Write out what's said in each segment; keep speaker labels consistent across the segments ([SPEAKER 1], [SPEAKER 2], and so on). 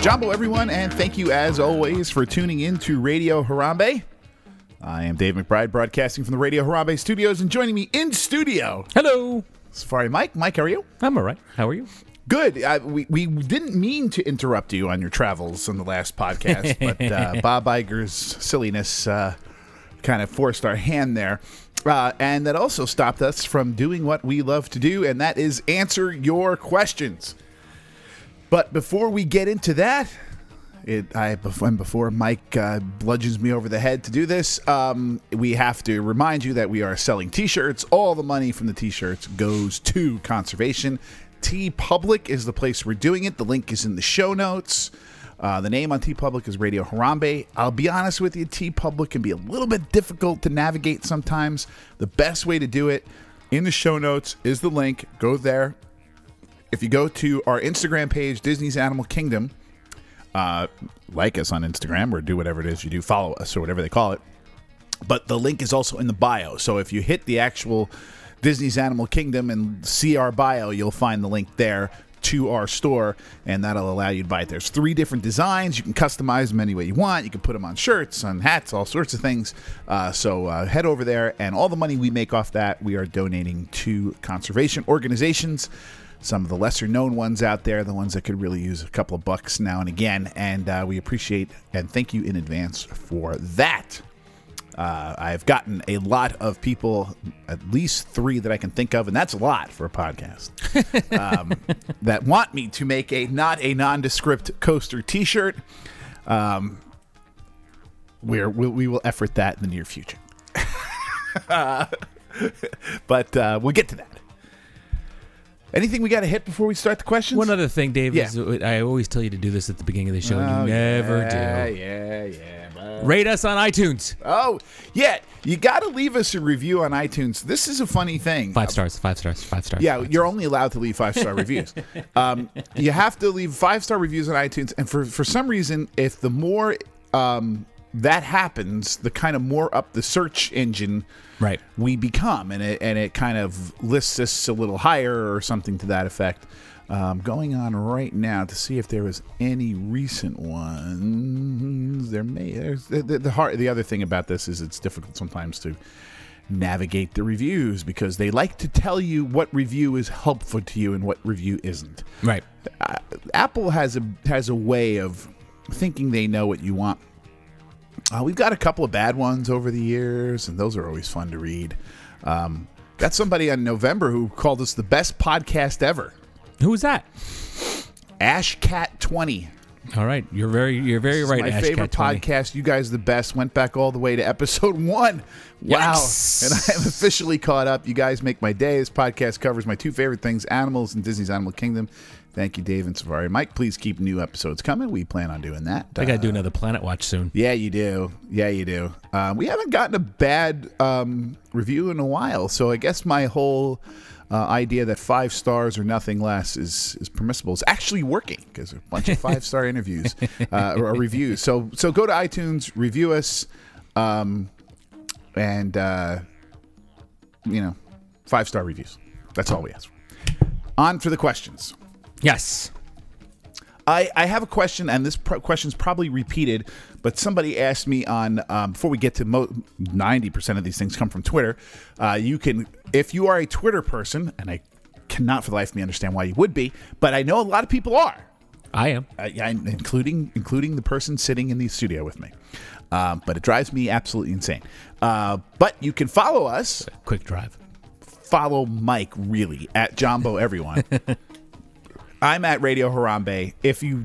[SPEAKER 1] Jumbo, everyone, and thank you as always for tuning in to Radio Harambe. I am Dave McBride, broadcasting from the Radio Harambe studios, and joining me in studio,
[SPEAKER 2] Hello.
[SPEAKER 1] Safari Mike. Mike, how are you?
[SPEAKER 2] I'm all right. How are you?
[SPEAKER 1] Good. I, we, we didn't mean to interrupt you on your travels on the last podcast, but uh, Bob Iger's silliness uh, kind of forced our hand there. Uh, and that also stopped us from doing what we love to do, and that is answer your questions. But before we get into that, it, I bef- and before Mike uh, bludgeons me over the head to do this, um, we have to remind you that we are selling T-shirts. All the money from the T-shirts goes to conservation. T Public is the place we're doing it. The link is in the show notes. Uh, the name on T Public is Radio Harambe. I'll be honest with you, T Public can be a little bit difficult to navigate sometimes. The best way to do it in the show notes is the link. Go there. If you go to our Instagram page, Disney's Animal Kingdom, uh, like us on Instagram or do whatever it is you do, follow us or whatever they call it. But the link is also in the bio. So if you hit the actual Disney's Animal Kingdom and see our bio, you'll find the link there to our store, and that'll allow you to buy it. There's three different designs. You can customize them any way you want. You can put them on shirts, on hats, all sorts of things. Uh, so uh, head over there, and all the money we make off that, we are donating to conservation organizations some of the lesser known ones out there, the ones that could really use a couple of bucks now and again. And uh, we appreciate and thank you in advance for that. Uh, I've gotten a lot of people, at least three that I can think of, and that's a lot for a podcast, um, that want me to make a not a nondescript coaster t shirt. Um, we're, we, we will effort that in the near future. but uh, we'll get to that. Anything we got to hit before we start the questions?
[SPEAKER 2] One other thing, Dave,
[SPEAKER 1] Yeah.
[SPEAKER 2] is I always tell you to do this at the beginning of the show, and
[SPEAKER 1] Oh,
[SPEAKER 2] you never
[SPEAKER 1] yeah,
[SPEAKER 2] do.
[SPEAKER 1] Yeah, yeah, bro.
[SPEAKER 2] Rate us on iTunes.
[SPEAKER 1] Oh, yeah. You got to leave us a review on iTunes. This is a funny thing.
[SPEAKER 2] Five stars, five stars, five stars.
[SPEAKER 1] Yeah, you're only allowed to leave five star reviews. Um, you have to leave five star reviews on iTunes, and for for some reason, if the more um, that happens, the kind of more up the search engine
[SPEAKER 2] Right.
[SPEAKER 1] we become, and it and it kind of lists us a little higher or something to that effect. Um, going on right now to see if there was any recent ones. There may. There's, the, the, the hard. The other thing about this is it's difficult sometimes to navigate the reviews because they like to tell you what review is helpful to you and what review isn't.
[SPEAKER 2] Right.
[SPEAKER 1] Uh, Apple has a has a way of thinking they know what you want. Uh, we've got a couple of bad ones over the years, and those are always fun to read. Um, got somebody on November who called us the best podcast ever.
[SPEAKER 2] Who was that?
[SPEAKER 1] Ash Cat Twenty.
[SPEAKER 2] All right. You're very, you're very right.
[SPEAKER 1] my
[SPEAKER 2] Ash
[SPEAKER 1] favorite
[SPEAKER 2] Cat 20.
[SPEAKER 1] podcast. You guys, the best. Went back all the way to episode one. Wow!
[SPEAKER 2] Yikes.
[SPEAKER 1] And I am officially caught up. You guys make my day. This podcast covers my two favorite things: animals and Disney's Animal Kingdom. Thank you, Dave and Safari. Mike, please keep new episodes coming. We plan on doing that.
[SPEAKER 2] I got to do another Planet Watch soon.
[SPEAKER 1] Yeah, you do. Yeah, you do. Um, we haven't gotten a bad um, review in a while, so I guess my whole uh, idea that five stars or nothing less is is permissible is actually working because a bunch of five star interviews uh, or reviews. So so go to iTunes, review us, um, and uh, you know, five star reviews. That's all we ask. for. On for the questions.
[SPEAKER 2] Yes.
[SPEAKER 1] I, I have a question, and this pro- question's probably repeated, but somebody asked me on um, before we get to mo- 90% of these things come from Twitter. Uh, you can, if you are a Twitter person, and I cannot for the life of me understand why you would be, but I know a lot of people are
[SPEAKER 2] I am.
[SPEAKER 1] uh, yeah, and including including the person sitting in the studio with me. Um, but it drives me absolutely insane. Uh, but you can follow us,
[SPEAKER 2] Quick drive.
[SPEAKER 1] follow Mike really at Jumbo Everyone. I'm at Radio Harambe. If you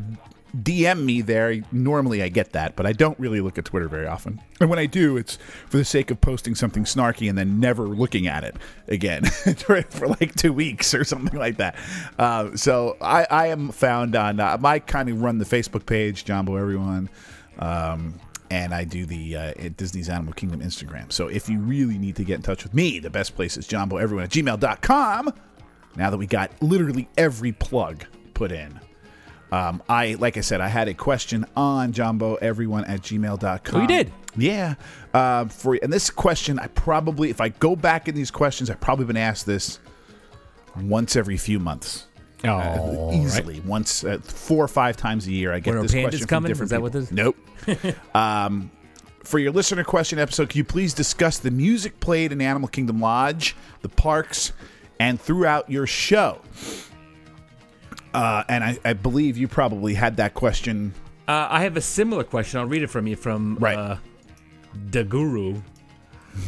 [SPEAKER 1] DM me there. Normally I get that, but I don't really look at Twitter very often. And when I do, it's for the sake of posting something snarky and then never looking at it again for for like two weeks or something like that. Uh, so I, I am found on uh, I kind of run the Facebook page, Jumbo Everyone. Um, and I do the uh, at Disney's Animal Kingdom Instagram. So if you really need to get in touch with me, the best place is jumboeveryone at gmail.com. Now that we got literally every plug put in. Um, I like I said, I had a question on jumboeveryone at gmail.com.
[SPEAKER 2] Oh, you did?
[SPEAKER 1] Yeah. Uh, for and this question I probably if I go back in these questions, I've probably been asked this once every few months.
[SPEAKER 2] Oh,
[SPEAKER 1] Uh,
[SPEAKER 2] all right.
[SPEAKER 1] easily once uh, four or five times a year I get
[SPEAKER 2] What, are
[SPEAKER 1] this
[SPEAKER 2] pandas
[SPEAKER 1] question from
[SPEAKER 2] coming?
[SPEAKER 1] different
[SPEAKER 2] Is that what
[SPEAKER 1] people.
[SPEAKER 2] this-
[SPEAKER 1] Nope. um, for your listener question episode, can you please discuss the music played in Animal Kingdom Lodge, the parks, and throughout your show? Uh, and I, I believe you probably had that question.
[SPEAKER 3] Uh, I have a similar question. I'll read it from you from
[SPEAKER 1] Right.
[SPEAKER 3] uh, the Guru.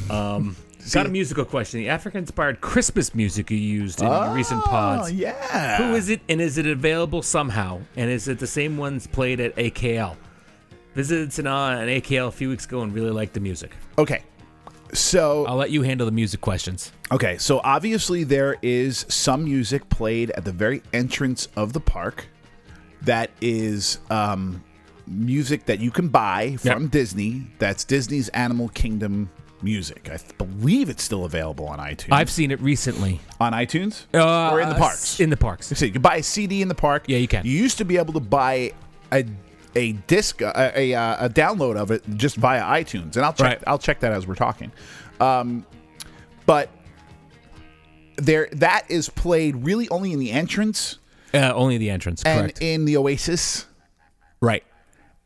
[SPEAKER 3] Um,
[SPEAKER 2] Um,
[SPEAKER 3] got a musical question. The African-inspired Christmas music you used in your recent
[SPEAKER 1] Oh,
[SPEAKER 3] pods.
[SPEAKER 1] yeah.
[SPEAKER 3] Who is it, and is it available somehow? And is it the same ones played at AKL? Visited Sanaa and AKL a few weeks ago and really liked the music.
[SPEAKER 1] Okay. So
[SPEAKER 2] I'll let you handle the music questions.
[SPEAKER 1] Okay, so obviously there is some music played at the very entrance of the park that is um, music that you can buy from Disney. That's Disney's Animal Kingdom music. I believe it's still available on iTunes.
[SPEAKER 2] I've seen it recently.
[SPEAKER 1] on iTunes
[SPEAKER 2] Uh,
[SPEAKER 1] or in the parks.
[SPEAKER 2] In the parks.
[SPEAKER 1] So you can buy a CD in the park.
[SPEAKER 2] Yeah, you can.
[SPEAKER 1] You used to be able to buy a a disc a a, uh, a download of it just via iTunes, and I'll check
[SPEAKER 2] Right.
[SPEAKER 1] I'll check that as we're talking. Um, but there that is played really only in the entrance
[SPEAKER 2] Uh, only the entrance,
[SPEAKER 1] and
[SPEAKER 2] correct.
[SPEAKER 1] in the Oasis
[SPEAKER 2] right.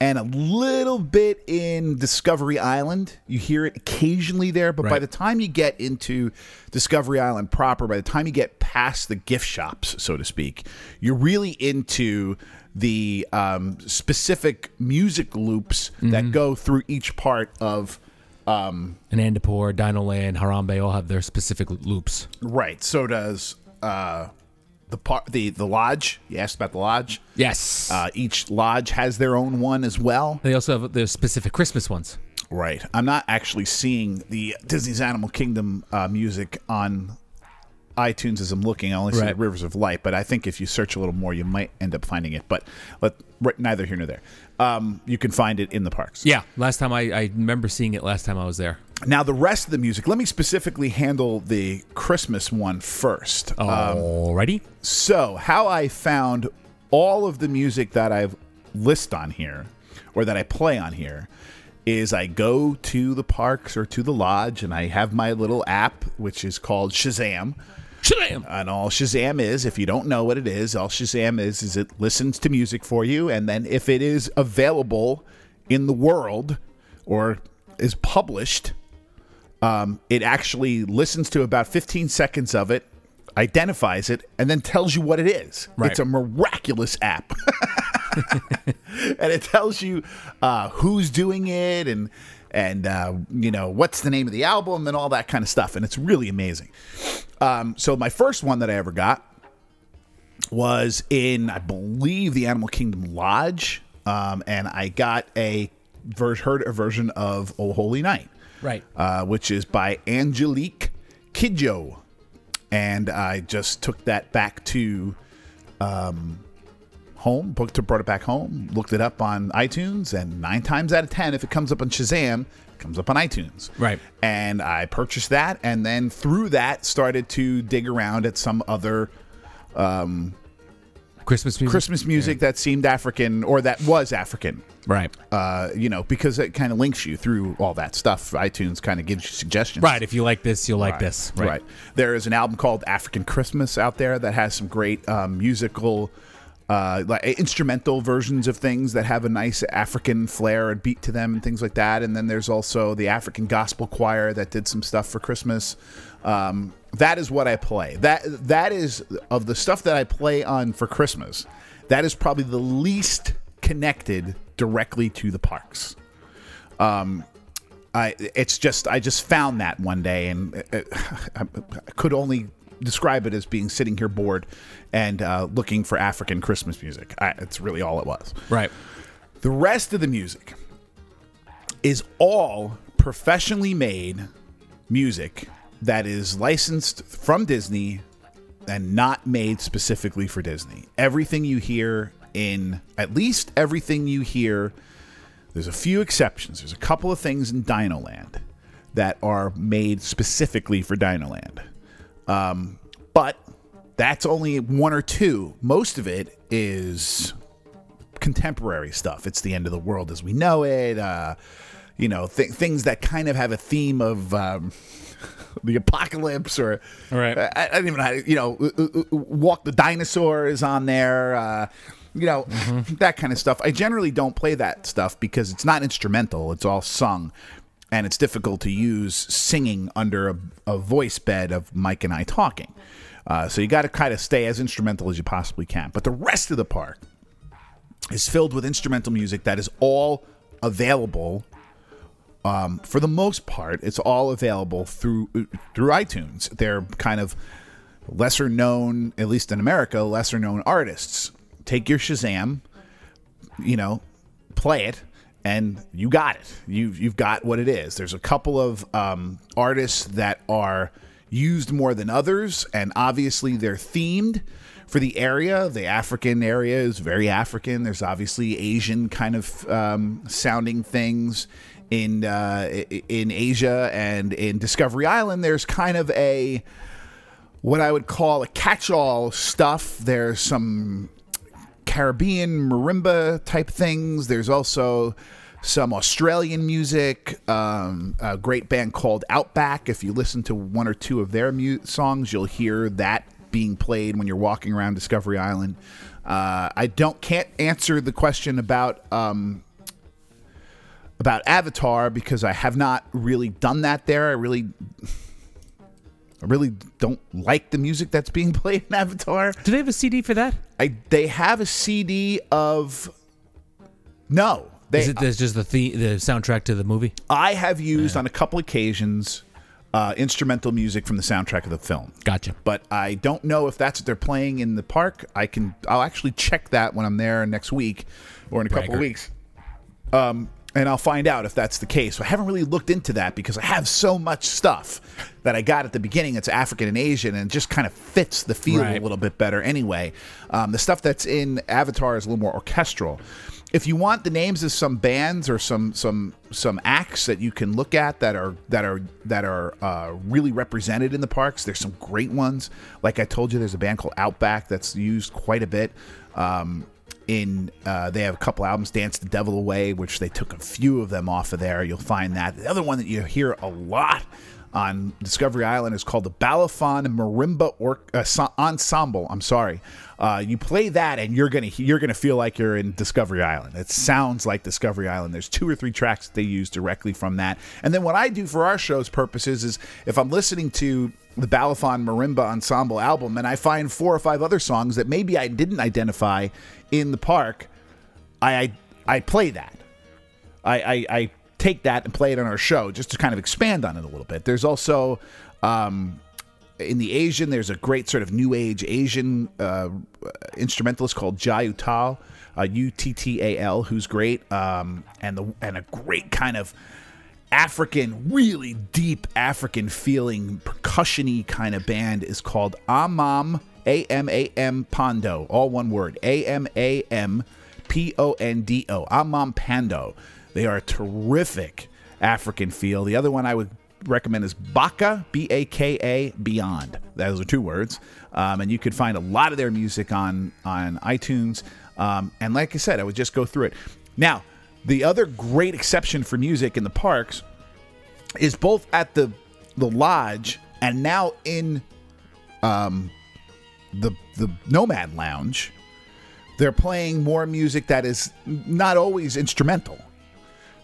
[SPEAKER 1] and a little bit in Discovery Island. You hear it occasionally there, but by
[SPEAKER 2] Right.
[SPEAKER 1] the time you get into Discovery Island proper, by the time you get past the gift shops, so to speak, you're really into the um, specific music loops that go through each part of. Um,
[SPEAKER 2] And Andapur, Dino Land, Harambe all have their specific loops.
[SPEAKER 1] right. So does uh, the part the the lodge. You asked about the lodge.
[SPEAKER 2] Yes.
[SPEAKER 1] Uh, each lodge has their own one as well.
[SPEAKER 2] they also have their specific Christmas ones.
[SPEAKER 1] Right. I'm not actually seeing the Disney's Animal Kingdom uh, music on iTunes as I'm looking. I only see
[SPEAKER 2] Right.
[SPEAKER 1] the Rivers of Light, but I think if you search a little more, you might end up finding it. But let, right, neither here nor there. Um, you can find it in the parks.
[SPEAKER 2] Yeah. Last time I, I remember seeing it last time I was there.
[SPEAKER 1] Now, the rest of the music, let me specifically handle the Christmas one first.
[SPEAKER 2] Alrighty.
[SPEAKER 1] So, how I found all of the music that I've list on here or that I play on here is I go to the parks or to the lodge and I have my little app which is called Shazam.
[SPEAKER 2] Shazam!
[SPEAKER 1] And all Shazam is, if you don't know what it is, all Shazam is is it listens to music for you and then if it is available in the world or is published um, it actually listens to about 15 seconds of it, identifies it, and then tells you what it is.
[SPEAKER 2] Right.
[SPEAKER 1] It's a miraculous app. and it tells you uh, who's doing it and and uh, you know what's the name of the album and all that kind of stuff and it's really amazing um, so my first one that i ever got was in i believe the animal kingdom lodge um, and i got a ver- heard a version of oh holy night
[SPEAKER 2] Right.
[SPEAKER 1] uh, which is by Angelique Kidjo. And I just took that back to um, home, booked, brought it back home, looked it up on iTunes, and nine times out of ten, if it comes up on Shazam, it comes up on iTunes.
[SPEAKER 2] Right.
[SPEAKER 1] And I purchased that, and then through that, started to dig around at some other
[SPEAKER 2] Christmas music.
[SPEAKER 1] Christmas music that seemed African or that was African.
[SPEAKER 2] Right.
[SPEAKER 1] Uh, you know, because it kind of links you through all that stuff. iTunes kind of gives you suggestions.
[SPEAKER 2] Right. If you like this, you'll like this.
[SPEAKER 1] Right. There is an album called African Christmas out there that has some great um, musical, uh, like instrumental versions of things that have a nice African flair and beat to them and things like that. And then there's also the African Gospel Choir that did some stuff for Christmas. Um, that is what I play. That that is of the stuff that I play on for Christmas. That is probably the least connected directly to the parks. uh, I it's just I just found that one day and uh, I could only describe it as being sitting here bored and uh, looking for African Christmas music. I, that's really all it was.
[SPEAKER 2] Right.
[SPEAKER 1] The rest of the music is all professionally made music that is licensed from Disney and not made specifically for Disney. Everything you hear in at least everything you hear there's a few exceptions. There's a couple of things in Dino Land that are made specifically for Dino Land. Um, but that's only one or two. Most of it is contemporary stuff. It's the end of the world as we know it. Uh, you know, th- things that kind of have a theme of um, the apocalypse, or uh,
[SPEAKER 2] All right.
[SPEAKER 1] I, I don't even know. How to, you know, uh, uh, uh, walk the dinosaurs on there. Uh, you know, that kind of stuff. I generally don't play that stuff because it's not instrumental. It's all sung. And it's difficult to use singing under a, a voice bed of Mike and I talking. Uh, so you got to kind of stay as instrumental as you possibly can. But the rest of the park, is filled with instrumental music that is all available. Um, for the most part, it's all available through through iTunes. They're kind of lesser known, at least in America, lesser known artists. Take your Shazam, you know, play it, and you got it. You've you've got what it is. There's a couple of um, artists that are used more than others, and obviously they're themed for the area. The African area is very African. There's obviously Asian kind of um, sounding things in uh, i- i- in Asia and in Discovery Island. There's kind of a what I would call a catch-all stuff. There's some Caribbean marimba type things. There's also some Australian music. Um, a great band called Outback. If you listen to one or two of their mu- songs, you'll hear that being played when you're walking around Discovery Island. Uh, I don't can't answer the question about um, about Avatar because I have not really done that there. I really. I really don't like the music that's being played in Avatar.
[SPEAKER 2] Do they have a CD for that?
[SPEAKER 1] I they have a CD of no. They
[SPEAKER 2] Is it this just the, the the soundtrack to the movie?
[SPEAKER 1] I have used on a couple occasions uh, instrumental music from the soundtrack of the film.
[SPEAKER 2] Gotcha.
[SPEAKER 1] But I don't know if that's what they're playing in the park. I can I'll actually check that when I'm there next week or in a couple
[SPEAKER 2] Bragger.
[SPEAKER 1] weeks. Um and I'll find out if that's the case. I haven't really looked into that because I have so much stuff that I got at the beginning that's African and Asian and just kind of fits the feel a
[SPEAKER 2] Right.
[SPEAKER 1] little bit better anyway. Um, the stuff that's in Avatar is a little more orchestral. If you want the names of some bands or some some some acts that you can look at that are that are that are uh, really represented in the parks, there's some great ones. Like I told you, there's a band called Outback that's used quite a bit. Um, in uh, they have a couple albums dance the devil away which they took a few of them off of there you'll find that the other one that you hear a lot on discovery island is called the balafon marimba or- uh, so- ensemble i'm sorry uh, you play that and you're gonna he- you're gonna feel like you're in discovery island it sounds like discovery island there's two or three tracks that they use directly from that and then what i do for our show's purposes is if i'm listening to the Balafon Marimba Ensemble album, and I find four or five other songs that maybe I didn't identify in the park. I I, I play that. I, I I take that and play it on our show just to kind of expand on it a little bit. There's also um, in the Asian, there's a great sort of new age Asian uh, instrumentalist called Jai Uttal, uh, U T T A L, who's great, um, and the and a great kind of African, really deep African feeling percussion-y kind of band is called Amam A M A M Pondo, all one word, A M A M P O N D O, Amam Pando. They are a terrific African feel. The other one I would recommend is Baka, B A K A, Beyond. Those are two words. Um, and you could find a lot of their music on, on iTunes. Um, and like I said, I would just go through it. Now, the other great exception for music in the parks is both at the the lodge and now in um, the the Nomad Lounge. They're playing more music that is not always instrumental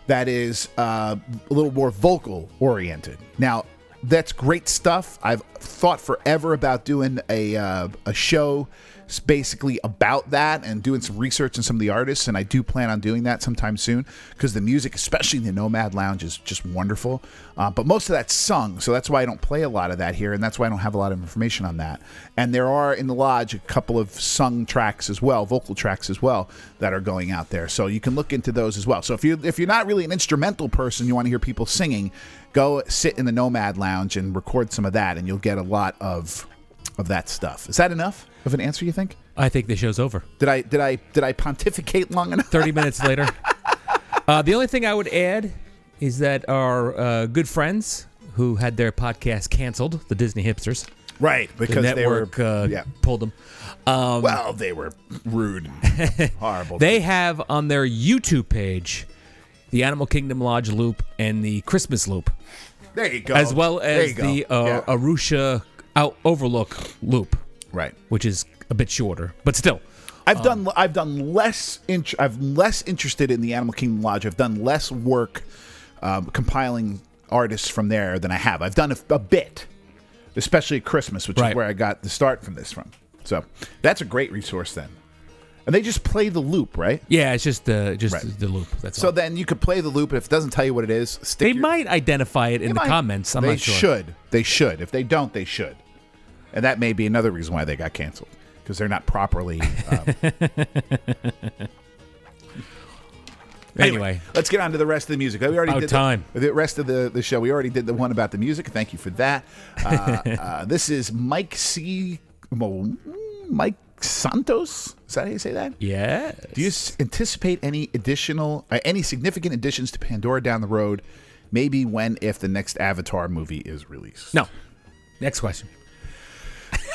[SPEAKER 1] that is uh, a little more vocal oriented. Now, that's great stuff. I've thought forever about doing a uh, a show s- basically about that and doing some research on some of the artists. And I do plan on doing that sometime soon because the music, especially in the Nomad Lounge, is just wonderful. Uh, but most of that's sung, so that's why I don't play a lot of that here, and that's why I don't have a lot of information on that. And there are in the lodge a couple of sung tracks as well, vocal tracks as well that are going out there. So you can look into those as well. So if you if you're not really an instrumental person, you want to hear people singing, go sit in the Nomad Lounge and record some of that, and you'll get a lot of of that stuff. Is that enough of an answer? You think?
[SPEAKER 3] I think the show's over.
[SPEAKER 1] Did I did I did I pontificate long enough?
[SPEAKER 3] 30 minutes later. Uh, the only thing I would add is that our uh, good friends who had their podcast canceled, the Disney hipsters,
[SPEAKER 1] Right,
[SPEAKER 3] the
[SPEAKER 1] because they were
[SPEAKER 3] network uh,
[SPEAKER 1] yeah.
[SPEAKER 3] pulled them.
[SPEAKER 1] Well, they were rude, horrible.
[SPEAKER 3] They have on their YouTube page the Animal Kingdom Lodge loop and the Christmas loop,
[SPEAKER 1] There you go.
[SPEAKER 3] as well
[SPEAKER 1] Oh, There
[SPEAKER 3] as
[SPEAKER 1] you go.
[SPEAKER 3] the uh,
[SPEAKER 1] Yeah.
[SPEAKER 3] Arusha out- Overlook loop,
[SPEAKER 1] right.
[SPEAKER 3] which is a bit shorter, but still.
[SPEAKER 1] I've done
[SPEAKER 3] Um,
[SPEAKER 1] I've done less int- I'm less interested in the Animal Kingdom Lodge. I've done less work um, compiling artists from there than I have. I've done a, a bit, especially at Christmas, which
[SPEAKER 3] Right.
[SPEAKER 1] is where I got the start from this from. So that's a great resource then. And they just play the loop, right?
[SPEAKER 3] Yeah, it's just the just
[SPEAKER 1] Right.
[SPEAKER 3] the loop. That's
[SPEAKER 1] So
[SPEAKER 3] all.
[SPEAKER 1] then you could play the loop, and if it doesn't tell you what it is, stick
[SPEAKER 3] They
[SPEAKER 1] your-
[SPEAKER 3] might identify it in
[SPEAKER 1] They
[SPEAKER 3] the
[SPEAKER 1] might.
[SPEAKER 3] comments. I'm
[SPEAKER 1] they
[SPEAKER 3] not sure.
[SPEAKER 1] should. They should. If they don't, they should. And that may be another reason why they got canceled because they're not properly. Um,
[SPEAKER 3] Anyway,
[SPEAKER 1] let's get on to the rest of the music. We already
[SPEAKER 3] About
[SPEAKER 1] did
[SPEAKER 3] time.
[SPEAKER 1] The, the rest of the, the show. We already did the one about the music. Thank you for that. Uh, uh, this is Mike C. Mo- Mike Santos. Is that how you say that?
[SPEAKER 3] yeah.
[SPEAKER 1] Do you s- anticipate any additional, uh, any significant additions to Pandora down the road? Maybe when, if the next Avatar movie is released.
[SPEAKER 3] No. Next question.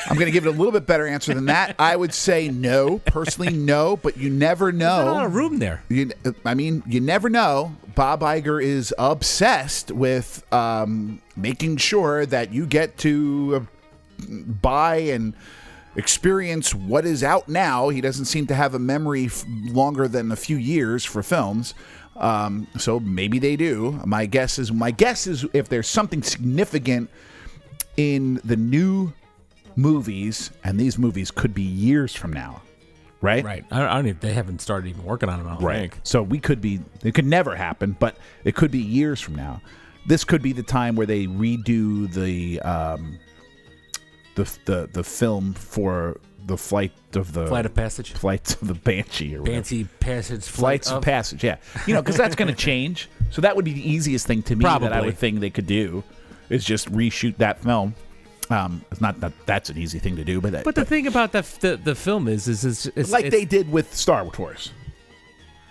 [SPEAKER 1] I'm going to give it a little bit better answer than that. I would say no, personally, no, but you never
[SPEAKER 3] Not a lot
[SPEAKER 1] know.
[SPEAKER 3] of room there.
[SPEAKER 1] You, I mean, you never know. Bob Iger is obsessed with um, making sure that you get to uh, buy and experience what is out now. He doesn't seem to have a memory f- longer than a few years for films. Um, so maybe they do. My guess is my guess is if there's something significant in the new movies, and these movies could be years from now, right?
[SPEAKER 3] Right. I don't, I don't even, they haven't started even working on them, I don't think.
[SPEAKER 1] So we could be, it could never happen, but it could be years from now. This could be the time where they redo the um, the the the film for the flight of the
[SPEAKER 3] Flight of Passage.
[SPEAKER 1] flights of the banshee or whatever.
[SPEAKER 3] Fancy Passage Flight
[SPEAKER 1] flights
[SPEAKER 3] of
[SPEAKER 1] of passage. Yeah, you know, because that's going to change. So that would be the easiest thing to me that I
[SPEAKER 3] Probably.
[SPEAKER 1] would think they could do is just reshoot that film. Um, it's not that that's an easy thing to do, but, that,
[SPEAKER 3] But the thing about the f- the, the film is, is it's, it's
[SPEAKER 1] like
[SPEAKER 3] it's-
[SPEAKER 1] they did with Star Wars.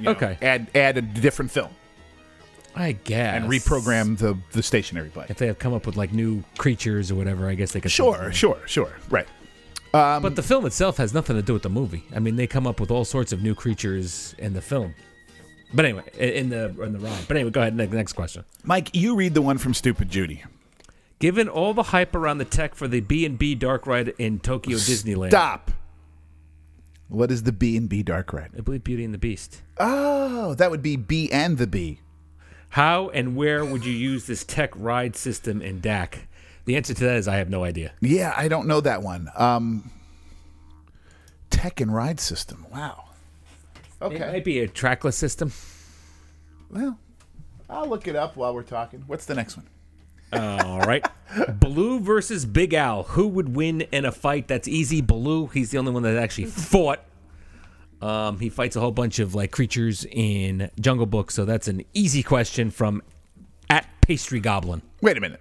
[SPEAKER 1] You know,
[SPEAKER 3] Okay.
[SPEAKER 1] add add a different film.
[SPEAKER 3] I guess
[SPEAKER 1] and reprogram the the stationary bike.
[SPEAKER 3] If they have come up with like new creatures or whatever, I guess they could.
[SPEAKER 1] Sure, sure, sure. Right.
[SPEAKER 3] but the film itself has nothing to do with the movie. I mean, they come up with all sorts of new creatures in the film. But anyway, i- in the in the ride. But anyway, go ahead. Next, next question.
[SPEAKER 1] Mike, you read the one from Stupid Judy.
[SPEAKER 4] Given all the hype around the tech for the B and B dark ride in Tokyo Disneyland,
[SPEAKER 1] Stop. What is the B and B dark ride?
[SPEAKER 4] I believe Beauty and the Beast.
[SPEAKER 1] Oh, that would be B and the B.
[SPEAKER 4] How and where would you use this tech ride system in DAC? The answer to that is I have no idea.
[SPEAKER 1] Yeah, I don't know that one. Um, tech and ride system. Wow.
[SPEAKER 4] It
[SPEAKER 1] Okay.
[SPEAKER 4] might be a trackless system.
[SPEAKER 1] Well, I'll look it up while we're talking. What's the next one?
[SPEAKER 4] All right. Baloo versus Big Al. Who would win in a fight? That's easy. Baloo. He's the only one that actually fought. Um, he fights a whole bunch of like creatures in Jungle Book, so that's an easy question from at Pastry Goblin.
[SPEAKER 1] Wait a minute.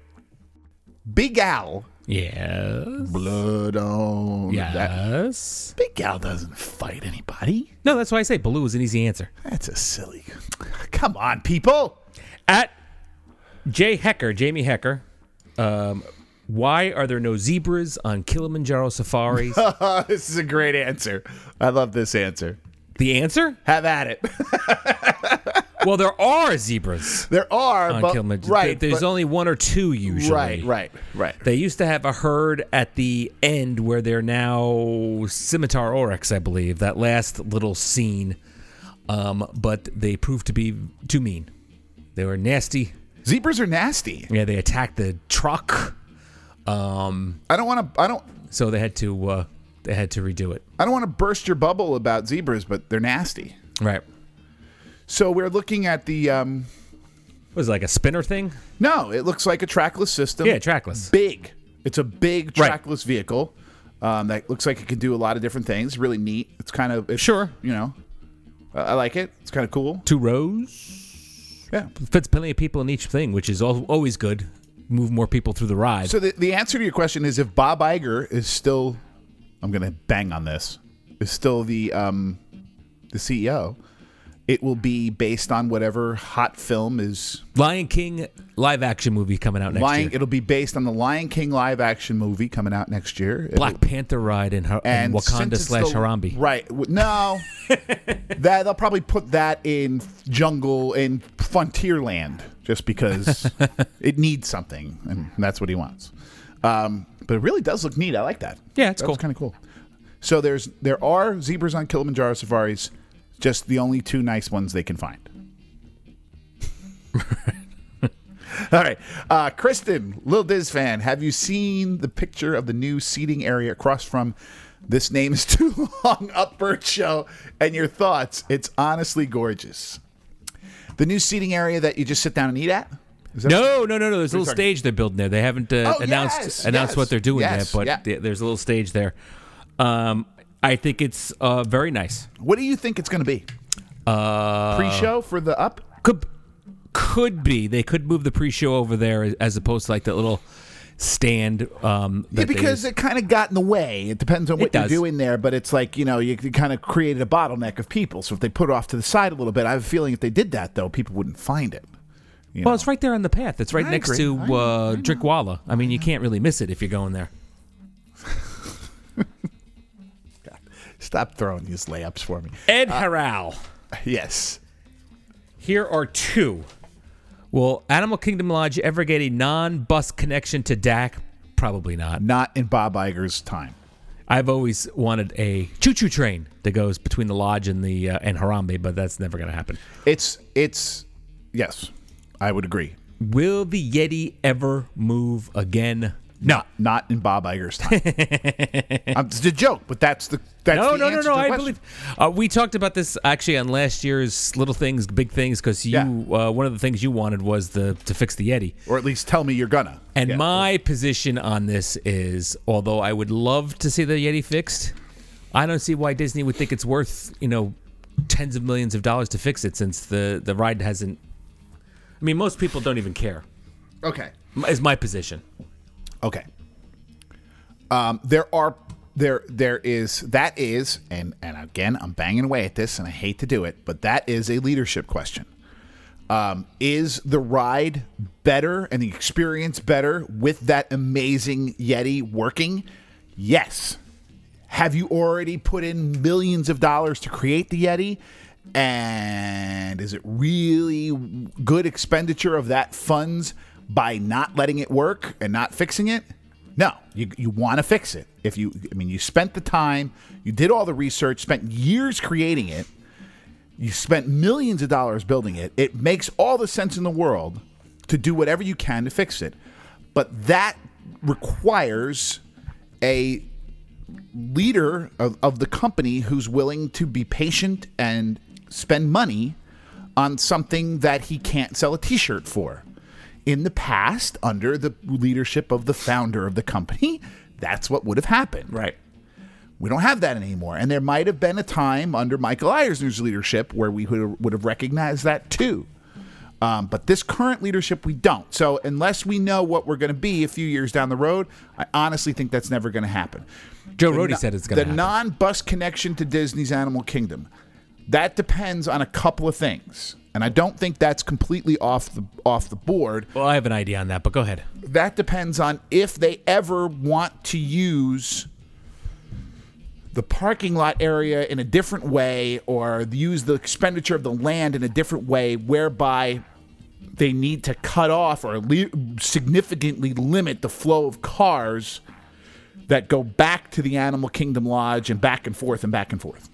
[SPEAKER 1] Big Al.
[SPEAKER 3] Yes.
[SPEAKER 1] Blood on. That.
[SPEAKER 3] Yes.
[SPEAKER 1] Big Al doesn't fight anybody.
[SPEAKER 3] No, that's why I say Baloo is an easy answer.
[SPEAKER 1] That's a silly. Come on, people.
[SPEAKER 3] At Jay Hecker, Jamie Hecker. Um, why are there no zebras on Kilimanjaro safaris?
[SPEAKER 1] Oh, this is a great answer. I love this answer.
[SPEAKER 3] the answer?
[SPEAKER 1] Have at it.
[SPEAKER 3] Well, there are zebras
[SPEAKER 1] There are,
[SPEAKER 3] on
[SPEAKER 1] but
[SPEAKER 3] Kilimanjaro.
[SPEAKER 1] right,
[SPEAKER 3] There's
[SPEAKER 1] but-
[SPEAKER 3] only one or two usually.
[SPEAKER 1] right, right, right.
[SPEAKER 3] They used to have a herd at the end where they're now scimitar oryx, I believe. That last little scene, um, but they proved to be too mean. They were nasty.
[SPEAKER 1] Zebras are nasty.
[SPEAKER 3] Yeah, they attacked the truck,
[SPEAKER 1] I don't want to. I don't.
[SPEAKER 3] so they had to uh, they had to redo it.
[SPEAKER 1] I don't want to burst your bubble about zebras, but they're nasty.
[SPEAKER 3] Right.
[SPEAKER 1] So we're looking at the. Um,
[SPEAKER 3] Was it like a spinner thing?
[SPEAKER 1] no, it looks like a trackless system.
[SPEAKER 3] Yeah, trackless.
[SPEAKER 1] Big. It's a big
[SPEAKER 3] Right.
[SPEAKER 1] trackless vehicle um, that looks like it can do a lot of different things. Really neat. It's kind of it's,
[SPEAKER 3] Sure.
[SPEAKER 1] You know, I I like it. It's kind of cool.
[SPEAKER 3] Two rows.
[SPEAKER 1] Yeah.
[SPEAKER 3] Fits plenty of people in each thing, which is al- always good. Move more people through the ride.
[SPEAKER 1] So the, the answer to your question is if Bob Iger is still, I'm going to bang on this, is still the um, the CEO, it will be based on whatever hot film is
[SPEAKER 3] Lion King live action movie coming out next
[SPEAKER 1] Lion.
[SPEAKER 3] year.
[SPEAKER 1] It'll be based on the Lion King live action movie coming out next year. It'll-
[SPEAKER 3] Black Panther ride in, Har- in
[SPEAKER 1] and since
[SPEAKER 3] Wakanda
[SPEAKER 1] it's
[SPEAKER 3] slash
[SPEAKER 1] the-
[SPEAKER 3] Harambe.
[SPEAKER 1] Right. w- No. that they'll probably put that in jungle in Frontierland just because it needs something and that's what he wants. Um, but it really does look neat. I like that.
[SPEAKER 3] Yeah, it's
[SPEAKER 1] That
[SPEAKER 3] cool.
[SPEAKER 1] kind of cool. So there's there are zebras on Kilimanjaro safaris, just the only two nice ones they can find. All right, uh, Kristen, Lil Diz fan, have you seen the picture of the new seating area across from this name is too long Upbird show? And your thoughts? It's honestly gorgeous. The new seating area that you just sit down and eat at. Is that
[SPEAKER 3] No, no, no, no. There's a little
[SPEAKER 1] talking-
[SPEAKER 3] stage they're building there. They haven't uh,
[SPEAKER 1] Oh,
[SPEAKER 3] announced
[SPEAKER 1] yes,
[SPEAKER 3] announced
[SPEAKER 1] yes,
[SPEAKER 3] what they're doing
[SPEAKER 1] yes,
[SPEAKER 3] yet, but
[SPEAKER 1] yeah.
[SPEAKER 3] th- there's a little stage there. Um, I think it's uh, very nice.
[SPEAKER 1] What do you think it's going to be? Uh, Pre-show for the up.
[SPEAKER 3] Could could be they could move the pre-show over there as- as opposed to like that little stand. Um,
[SPEAKER 1] Yeah,
[SPEAKER 3] that they
[SPEAKER 1] because
[SPEAKER 3] use.
[SPEAKER 1] it kind of got in the way. It depends on what
[SPEAKER 3] It
[SPEAKER 1] you're
[SPEAKER 3] does.
[SPEAKER 1] doing there, but it's like you know you, kind of created a bottleneck of people. So if they put it off to the side a little bit, I have a feeling if they did that though, people wouldn't find it. you
[SPEAKER 3] well,
[SPEAKER 1] know.
[SPEAKER 3] it's right there on the path. It's right
[SPEAKER 1] I
[SPEAKER 3] next
[SPEAKER 1] agree.
[SPEAKER 3] to
[SPEAKER 1] I
[SPEAKER 3] uh,
[SPEAKER 1] know, I know.
[SPEAKER 3] Drinkwalla. I mean, you can't really miss it if you're going there.
[SPEAKER 1] Stop throwing these layups for me.
[SPEAKER 3] Ed Harrell.
[SPEAKER 1] Yes.
[SPEAKER 3] Here are two. Will Animal Kingdom Lodge ever get a non-bus connection to DAC? Probably not.
[SPEAKER 1] Not in Bob Iger's time.
[SPEAKER 3] I've always wanted a choo-choo train that goes between the lodge and the uh, and Harambe, but that's never going to happen.
[SPEAKER 1] It's it's yes, I would agree.
[SPEAKER 3] Will the Yeti ever move again? No.
[SPEAKER 1] Not in Bob Iger's time. um, it's a joke, but that's the that's
[SPEAKER 3] No,
[SPEAKER 1] the
[SPEAKER 3] no, no,
[SPEAKER 1] answer to
[SPEAKER 3] no.
[SPEAKER 1] the
[SPEAKER 3] I
[SPEAKER 1] question.
[SPEAKER 3] believe uh, we talked about this actually on last year's little things, big things, because you
[SPEAKER 1] Yeah.
[SPEAKER 3] uh, one of the things you wanted was the to fix the Yeti.
[SPEAKER 1] or at least tell me you're gonna.
[SPEAKER 3] And
[SPEAKER 1] Yeah.
[SPEAKER 3] my position on this is, although I would love to see the Yeti fixed, I don't see why Disney would think it's worth you know tens of millions of dollars to fix it since the the ride hasn't. I mean, most people don't even care.
[SPEAKER 1] okay,
[SPEAKER 3] m- Is my position.
[SPEAKER 1] okay. Um, there are there there is that is and and again I'm banging away at this and I hate to do it, but that is a leadership question. Um, is the ride better and the experience better with that amazing Yeti working? Yes. Have you already put in millions of dollars to create the Yeti? And is it really good expenditure of that funds by not letting it work and not fixing it? No, you, you want to fix it. If you, I mean, you spent the time, you did all the research, spent years creating it, you spent millions of dollars building it. It makes all the sense in the world to do whatever you can to fix it. But that requires a leader of, of the company who's willing to be patient and spend money on something that he can't sell a t-shirt for. In the past, under the leadership of the founder of the company, that's what would have happened.
[SPEAKER 3] Right.
[SPEAKER 1] We don't have that anymore. And there might have been a time under Michael Eisner's leadership where we would would have recognized that too. Um, but this current leadership, we don't. So unless we know what we're going to be a few years down the road, I honestly think that's never going to happen.
[SPEAKER 3] Joe Rohde
[SPEAKER 1] no-
[SPEAKER 3] said it's going
[SPEAKER 1] The
[SPEAKER 3] to happen.
[SPEAKER 1] non-bus connection to Disney's Animal Kingdom. That depends on a couple of things, and I don't think that's completely off the off the board
[SPEAKER 3] well, I have an idea on that, but go ahead.
[SPEAKER 1] that depends on if they ever want to use the parking lot area in a different way or use the expenditure of the land in a different way whereby they need to cut off or le- significantly limit the flow of cars that go back to the animal kingdom lodge and back and forth and back and forth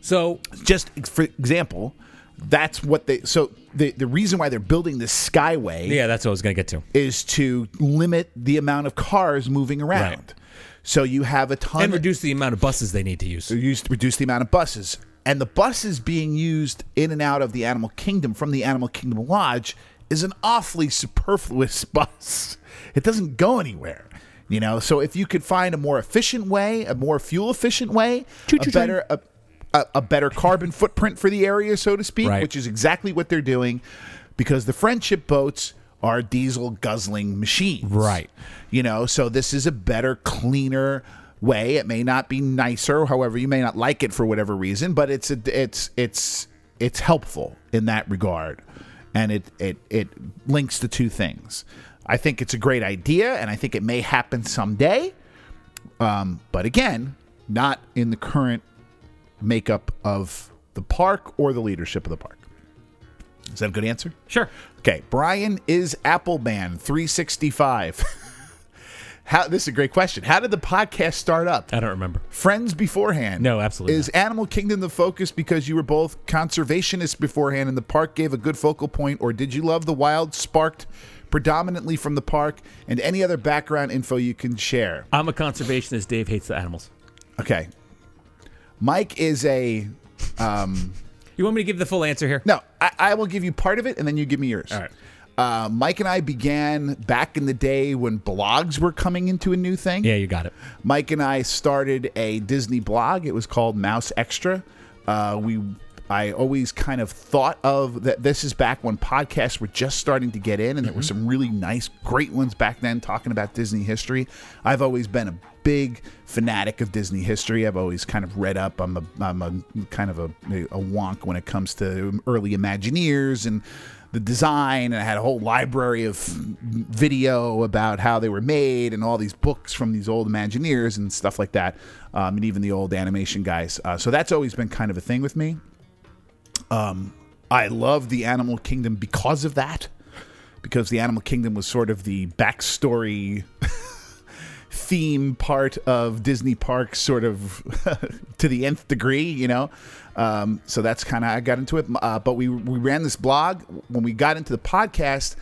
[SPEAKER 3] So
[SPEAKER 1] just ex- for example that's what they so the, the reason why they're building this skyway
[SPEAKER 3] yeah, that's what I was going to get to.
[SPEAKER 1] is to limit the amount of cars moving around. So you have a ton
[SPEAKER 3] and reduce the amount of buses they need to use.
[SPEAKER 1] used to reduce the amount of buses. And the buses being used in and out of the Animal Kingdom from the Animal Kingdom Lodge is an awfully superfluous bus. It doesn't go anywhere. You know, so if you could find a more efficient way, a more fuel efficient way, a better a, a, a better carbon footprint for the area, so to speak,
[SPEAKER 3] Right.
[SPEAKER 1] which is exactly what they're doing, because the friendship boats are diesel guzzling machines
[SPEAKER 3] Right.
[SPEAKER 1] you know so this is a better cleaner way it may not be nicer however you may not like it for whatever reason but it's a, it's it's it's helpful in that regard and it it it links the two things i think it's a great idea and i think it may happen someday um, but again not in the current makeup of the park or the leadership of the park is that a good answer
[SPEAKER 3] Sure.
[SPEAKER 1] Okay, Brian is Appleman 365. How this is a great question. How did the podcast start up?
[SPEAKER 3] I don't remember.
[SPEAKER 1] Friends beforehand.
[SPEAKER 3] No, absolutely
[SPEAKER 1] Is Animal Kingdom the focus because you were both conservationists beforehand and the park gave a good focal point, or did you love the wild sparked predominantly from the park and any other background info you can share?
[SPEAKER 3] I'm a conservationist. Dave hates the animals.
[SPEAKER 1] Okay. Mike is a
[SPEAKER 3] You want me to give the full answer here?
[SPEAKER 1] No, I, I will give you part of it, and then you give me yours. All
[SPEAKER 3] right.
[SPEAKER 1] Uh, Mike and I began back in the day when blogs were coming into a new thing.
[SPEAKER 3] Yeah, you got it.
[SPEAKER 1] Mike and I started a Disney blog. It was called Mouse Extra. Uh, we, I always kind of thought of that. This is back when podcasts were just starting to get in, and there were some really nice, great ones back then talking about Disney history. I've always been a big fanatic of Disney history. I've always kind of read up. I'm a, I'm a kind of a, a wonk when it comes to early Imagineers and the design and I had a whole library of video about how they were made and all these books from these old Imagineers and stuff like that, um, and even the old animation guys. Uh, so that's always been kind of a thing with me. Um, I love the Animal Kingdom because of that, because the Animal Kingdom was sort of the backstory theme part of Disney parks, sort of to the nth degree, you know. Um, so that's kind of I got into it. Uh, but we we ran this blog when we got into the podcast.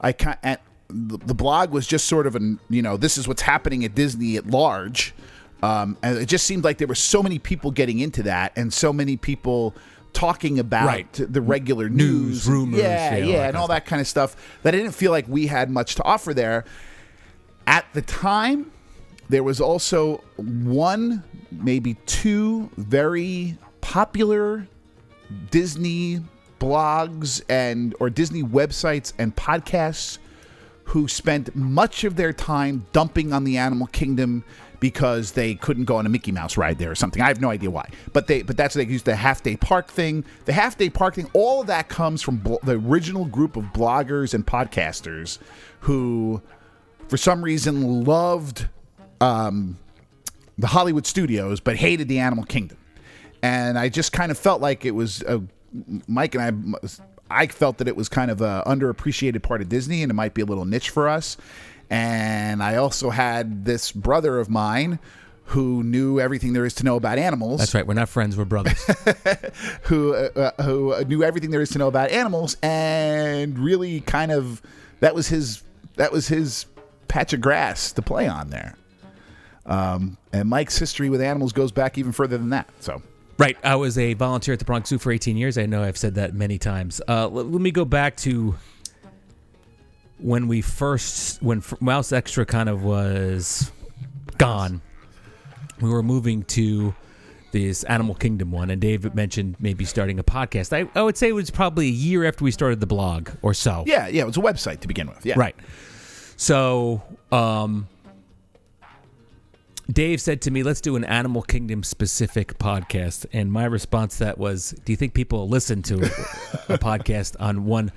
[SPEAKER 1] I kind at the the blog was just sort of an you know this is what's happening at Disney at large. Um, and it just seemed like there were so many people getting into that, and so many people talking about
[SPEAKER 3] Right.
[SPEAKER 1] the regular news,
[SPEAKER 3] rumors,
[SPEAKER 1] yeah,
[SPEAKER 3] yeah, all
[SPEAKER 1] yeah,
[SPEAKER 3] that
[SPEAKER 1] and all that kind of stuff. That I didn't feel like we had much to offer there. At the time, there was also one, maybe two very popular Disney blogs and or Disney websites and podcasts who spent much of their time dumping on the animal kingdom because they couldn't go on a Mickey Mouse ride there or something. I have no idea why. But they but that's they used the half day park thing. The half day park thing, all of that comes from bl- the original group of bloggers and podcasters who for some reason loved um, the Hollywood studios but hated the Animal Kingdom. And I just kind of felt like it was uh Mike and I I felt that it was kind of a underappreciated part of Disney and it might be a little niche for us. And I also had this brother of mine who knew everything there is to know about animals
[SPEAKER 3] That's right. We're not friends. We're brothers.
[SPEAKER 1] who uh, uh, who knew everything there is to know about animals and really kind of that was his that was his patch of grass to play on there. Um, and Mike's history with animals goes back even further than that. So
[SPEAKER 3] right. I was a volunteer at the Bronx Zoo for 18 years. I know I've said that many times. Uh, let, let me go back to when we first, when F- Mouse Extra kind of was gone. We were moving to this Animal Kingdom one, and Dave mentioned maybe starting a podcast. I, I would say it was probably a year after we started the blog or so.
[SPEAKER 1] yeah, yeah, it was a website to begin with. Yeah,
[SPEAKER 3] Right. So, um, Dave said to me, "Let's do an Animal Kingdom specific podcast." And my response to that was, "Do you think people will listen to a podcast on one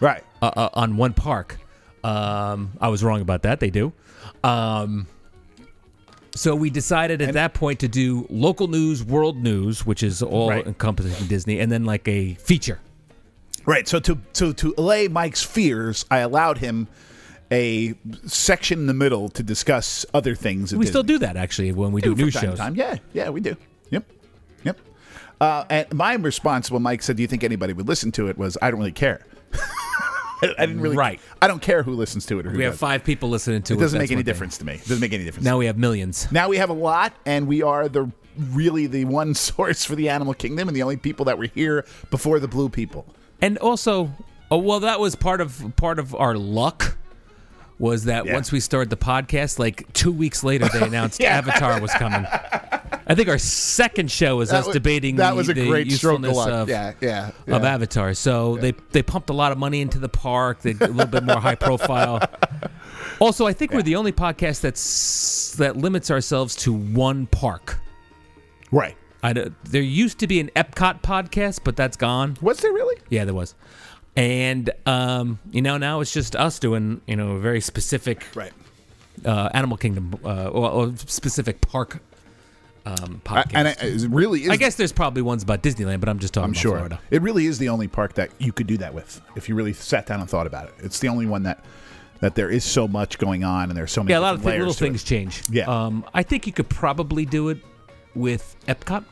[SPEAKER 1] right.
[SPEAKER 3] uh, uh, on one park?" Um, I was wrong about that. They do. Um, so we decided at that point to do local news, world news, which is all
[SPEAKER 1] Right.
[SPEAKER 3] encompassing Disney, and then like a feature.
[SPEAKER 1] Right. So to to to allay Mike's fears, I allowed him a section in the middle to discuss other things. at
[SPEAKER 3] We still
[SPEAKER 1] Disney.
[SPEAKER 3] do that actually when we do,
[SPEAKER 1] from
[SPEAKER 3] news
[SPEAKER 1] time to
[SPEAKER 3] shows.
[SPEAKER 1] time. Yeah, yeah, we do. Yep, yep. Uh, and my response when Mike said, "Do you think anybody would listen to it?" was, "I don't really care." I didn't really.
[SPEAKER 3] Right.
[SPEAKER 1] I don't care who listens to it or who
[SPEAKER 3] We have
[SPEAKER 1] doesn't.
[SPEAKER 3] five people listening to it.
[SPEAKER 1] It doesn't
[SPEAKER 3] that's
[SPEAKER 1] make any
[SPEAKER 3] one thing.
[SPEAKER 1] difference to me. It doesn't make any difference.
[SPEAKER 3] Now we have millions.
[SPEAKER 1] Now we have a lot, and we are the really the one source for the animal kingdom, and the only people that were here before the blue people.
[SPEAKER 3] And also, oh, well, that was part of part of our luck was that
[SPEAKER 1] Yeah.
[SPEAKER 3] once we started the podcast, like two weeks later, they announced Avatar was coming. I think our second show was
[SPEAKER 1] That
[SPEAKER 3] us
[SPEAKER 1] was-
[SPEAKER 3] debating
[SPEAKER 1] that
[SPEAKER 3] the,
[SPEAKER 1] was a
[SPEAKER 3] the
[SPEAKER 1] great stroke of
[SPEAKER 3] usefulness
[SPEAKER 1] luck.
[SPEAKER 3] of
[SPEAKER 1] Yeah, yeah,
[SPEAKER 3] of
[SPEAKER 1] yeah.
[SPEAKER 3] Avatar. So they they pumped a lot of money into the park. They a little bit more high profile. Also, I think we're the only podcast that's that limits ourselves to one park.
[SPEAKER 1] Right.
[SPEAKER 3] I don't- there used to be an Epcot podcast, but that's gone.
[SPEAKER 1] Was there really?
[SPEAKER 3] Yeah, there was. And um, you know, now it's just us doing you know a very specific
[SPEAKER 1] Right.
[SPEAKER 3] uh, Animal Kingdom uh, or, or specific park um,
[SPEAKER 1] I,
[SPEAKER 3] podcast.
[SPEAKER 1] and
[SPEAKER 3] I,
[SPEAKER 1] I, it really is.
[SPEAKER 3] guess there's probably ones about Disneyland, but I'm just talking
[SPEAKER 1] I'm
[SPEAKER 3] about
[SPEAKER 1] sure
[SPEAKER 3] Florida.
[SPEAKER 1] it really is the only park that you could do that with if you really sat down and thought about it. It's the only one that that there is so much going on, and there's so many.
[SPEAKER 3] Yeah, a lot of
[SPEAKER 1] different
[SPEAKER 3] th- little
[SPEAKER 1] layers to
[SPEAKER 3] things
[SPEAKER 1] it.
[SPEAKER 3] change.
[SPEAKER 1] Yeah.
[SPEAKER 3] Um, I think you could probably do it with Epcot.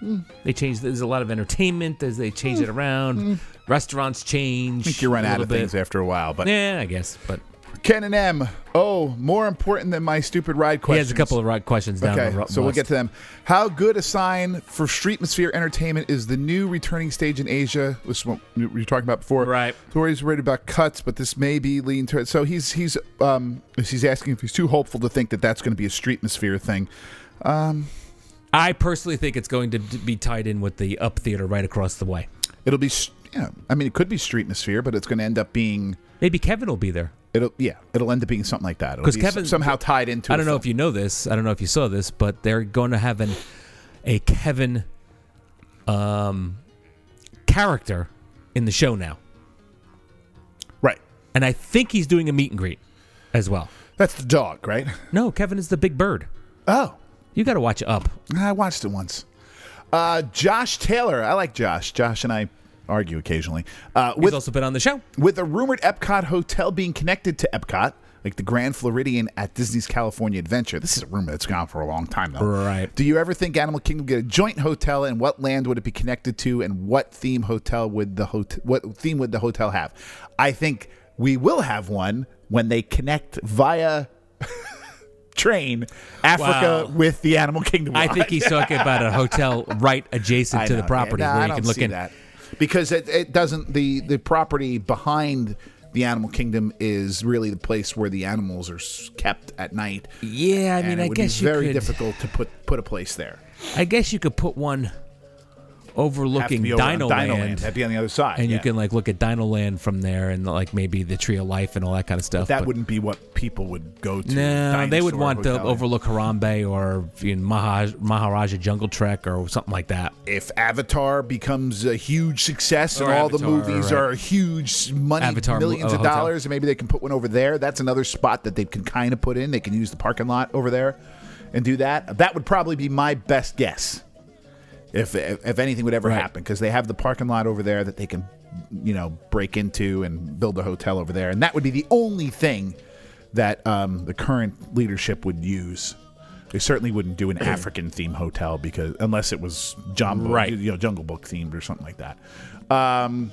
[SPEAKER 1] Hmm.
[SPEAKER 3] They change. There's a lot of entertainment as they change it around. Restaurants change.
[SPEAKER 1] Hmm. I think you run
[SPEAKER 3] a
[SPEAKER 1] out
[SPEAKER 3] little
[SPEAKER 1] of
[SPEAKER 3] bit.
[SPEAKER 1] things after a while, but
[SPEAKER 3] Yeah, I guess. But
[SPEAKER 1] Ken and M. Oh, more important than my stupid ride
[SPEAKER 3] he
[SPEAKER 1] questions.
[SPEAKER 3] has a couple of right questions down.
[SPEAKER 1] Okay,
[SPEAKER 3] the ru-
[SPEAKER 1] so we'll
[SPEAKER 3] list.
[SPEAKER 1] get to them. How good a sign for Streetmosphere Entertainment is the new returning stage in Asia? This is what we were talking about before.
[SPEAKER 3] Right.
[SPEAKER 1] Tori's worried about cuts, but this may be leading to it. So he's he's um he's asking if he's too hopeful to think that that's going to be a Streetmosphere thing.
[SPEAKER 3] I personally think it's going to d- be tied in with the Up Theater right across the way.
[SPEAKER 1] It'll be s- yeah. I mean, it could be Streetmosphere, but it's going to end up being
[SPEAKER 3] Maybe Kevin will be there.
[SPEAKER 1] it'll yeah it'll end up being something like that. It'll
[SPEAKER 3] 'Cause
[SPEAKER 1] be s-
[SPEAKER 3] Kevin-
[SPEAKER 1] somehow tied into.
[SPEAKER 3] I
[SPEAKER 1] a
[SPEAKER 3] don't know
[SPEAKER 1] film.
[SPEAKER 3] if you know this. I don't know if you saw this, but they're going to have an a Kevin um, character in the show now,
[SPEAKER 1] right.
[SPEAKER 3] and I think he's doing a meet and greet as well.
[SPEAKER 1] That's the dog, right?
[SPEAKER 3] No, Kevin is the big bird.
[SPEAKER 1] Oh,
[SPEAKER 3] You got to watch Up.
[SPEAKER 1] I watched it once. Uh, Josh Taylor, I like Josh. Josh and I argue occasionally. Uh,
[SPEAKER 3] He's
[SPEAKER 1] with
[SPEAKER 3] also been on the show.
[SPEAKER 1] with a rumored Epcot hotel being connected to Epcot, like the Grand Floridian at Disney's California Adventure. This is a rumor that's gone for a long time though.
[SPEAKER 3] Right.
[SPEAKER 1] Do you ever think Animal Kingdom get a joint hotel, and what land would it be connected to, and what theme hotel would the hotel what theme would the hotel have? I think we will have one when they connect via. Train Africa
[SPEAKER 3] Wow.
[SPEAKER 1] with the Animal Kingdom.
[SPEAKER 3] I
[SPEAKER 1] line.
[SPEAKER 3] think he's talking about a hotel right adjacent
[SPEAKER 1] I
[SPEAKER 3] to
[SPEAKER 1] know,
[SPEAKER 3] the
[SPEAKER 1] yeah.
[SPEAKER 3] property
[SPEAKER 1] No, I
[SPEAKER 3] where you
[SPEAKER 1] don't
[SPEAKER 3] can look
[SPEAKER 1] see
[SPEAKER 3] in.
[SPEAKER 1] that because it, it doesn't the the property behind the animal kingdom is really the place where the animals are s- kept at night.
[SPEAKER 3] Yeah, I mean,
[SPEAKER 1] and it
[SPEAKER 3] I
[SPEAKER 1] would
[SPEAKER 3] guess
[SPEAKER 1] be
[SPEAKER 3] you
[SPEAKER 1] very
[SPEAKER 3] could.
[SPEAKER 1] difficult to put put a place there.
[SPEAKER 3] I guess you could put one
[SPEAKER 1] Have to
[SPEAKER 3] overlooking
[SPEAKER 1] be over on
[SPEAKER 3] Dino
[SPEAKER 1] Dinoland. That'd be on the other side,
[SPEAKER 3] and
[SPEAKER 1] yeah.
[SPEAKER 3] you can like look at Dino Land from there, and like maybe the Tree of Life and all that kind of stuff.
[SPEAKER 1] that
[SPEAKER 3] but-
[SPEAKER 1] wouldn't be what people would go to.
[SPEAKER 3] no, they would
[SPEAKER 1] Dinosaur
[SPEAKER 3] want to
[SPEAKER 1] hotel.
[SPEAKER 3] overlook Harambe or you know, Mahaj, Maharaja Jungle Trek or something like that.
[SPEAKER 1] if Avatar becomes a huge success
[SPEAKER 3] Or
[SPEAKER 1] and all the
[SPEAKER 3] Avatar,
[SPEAKER 1] movies
[SPEAKER 3] right.
[SPEAKER 1] are huge money,
[SPEAKER 3] Avatar,
[SPEAKER 1] millions
[SPEAKER 3] uh,
[SPEAKER 1] of
[SPEAKER 3] hotel.
[SPEAKER 1] dollars, and maybe they can put one over there. That's another spot that they can kind of put in. They can use the parking lot over there and do that. That would probably be my best guess if if, if anything would ever
[SPEAKER 3] Right.
[SPEAKER 1] happen because they have the parking lot over there that they can you know break into and build a hotel over there, and that would be the only thing that um, the current leadership would use. They certainly wouldn't do an African theme hotel because unless it was Jumbo,
[SPEAKER 3] Right.
[SPEAKER 1] you know, Jungle Book themed or something like that. Um,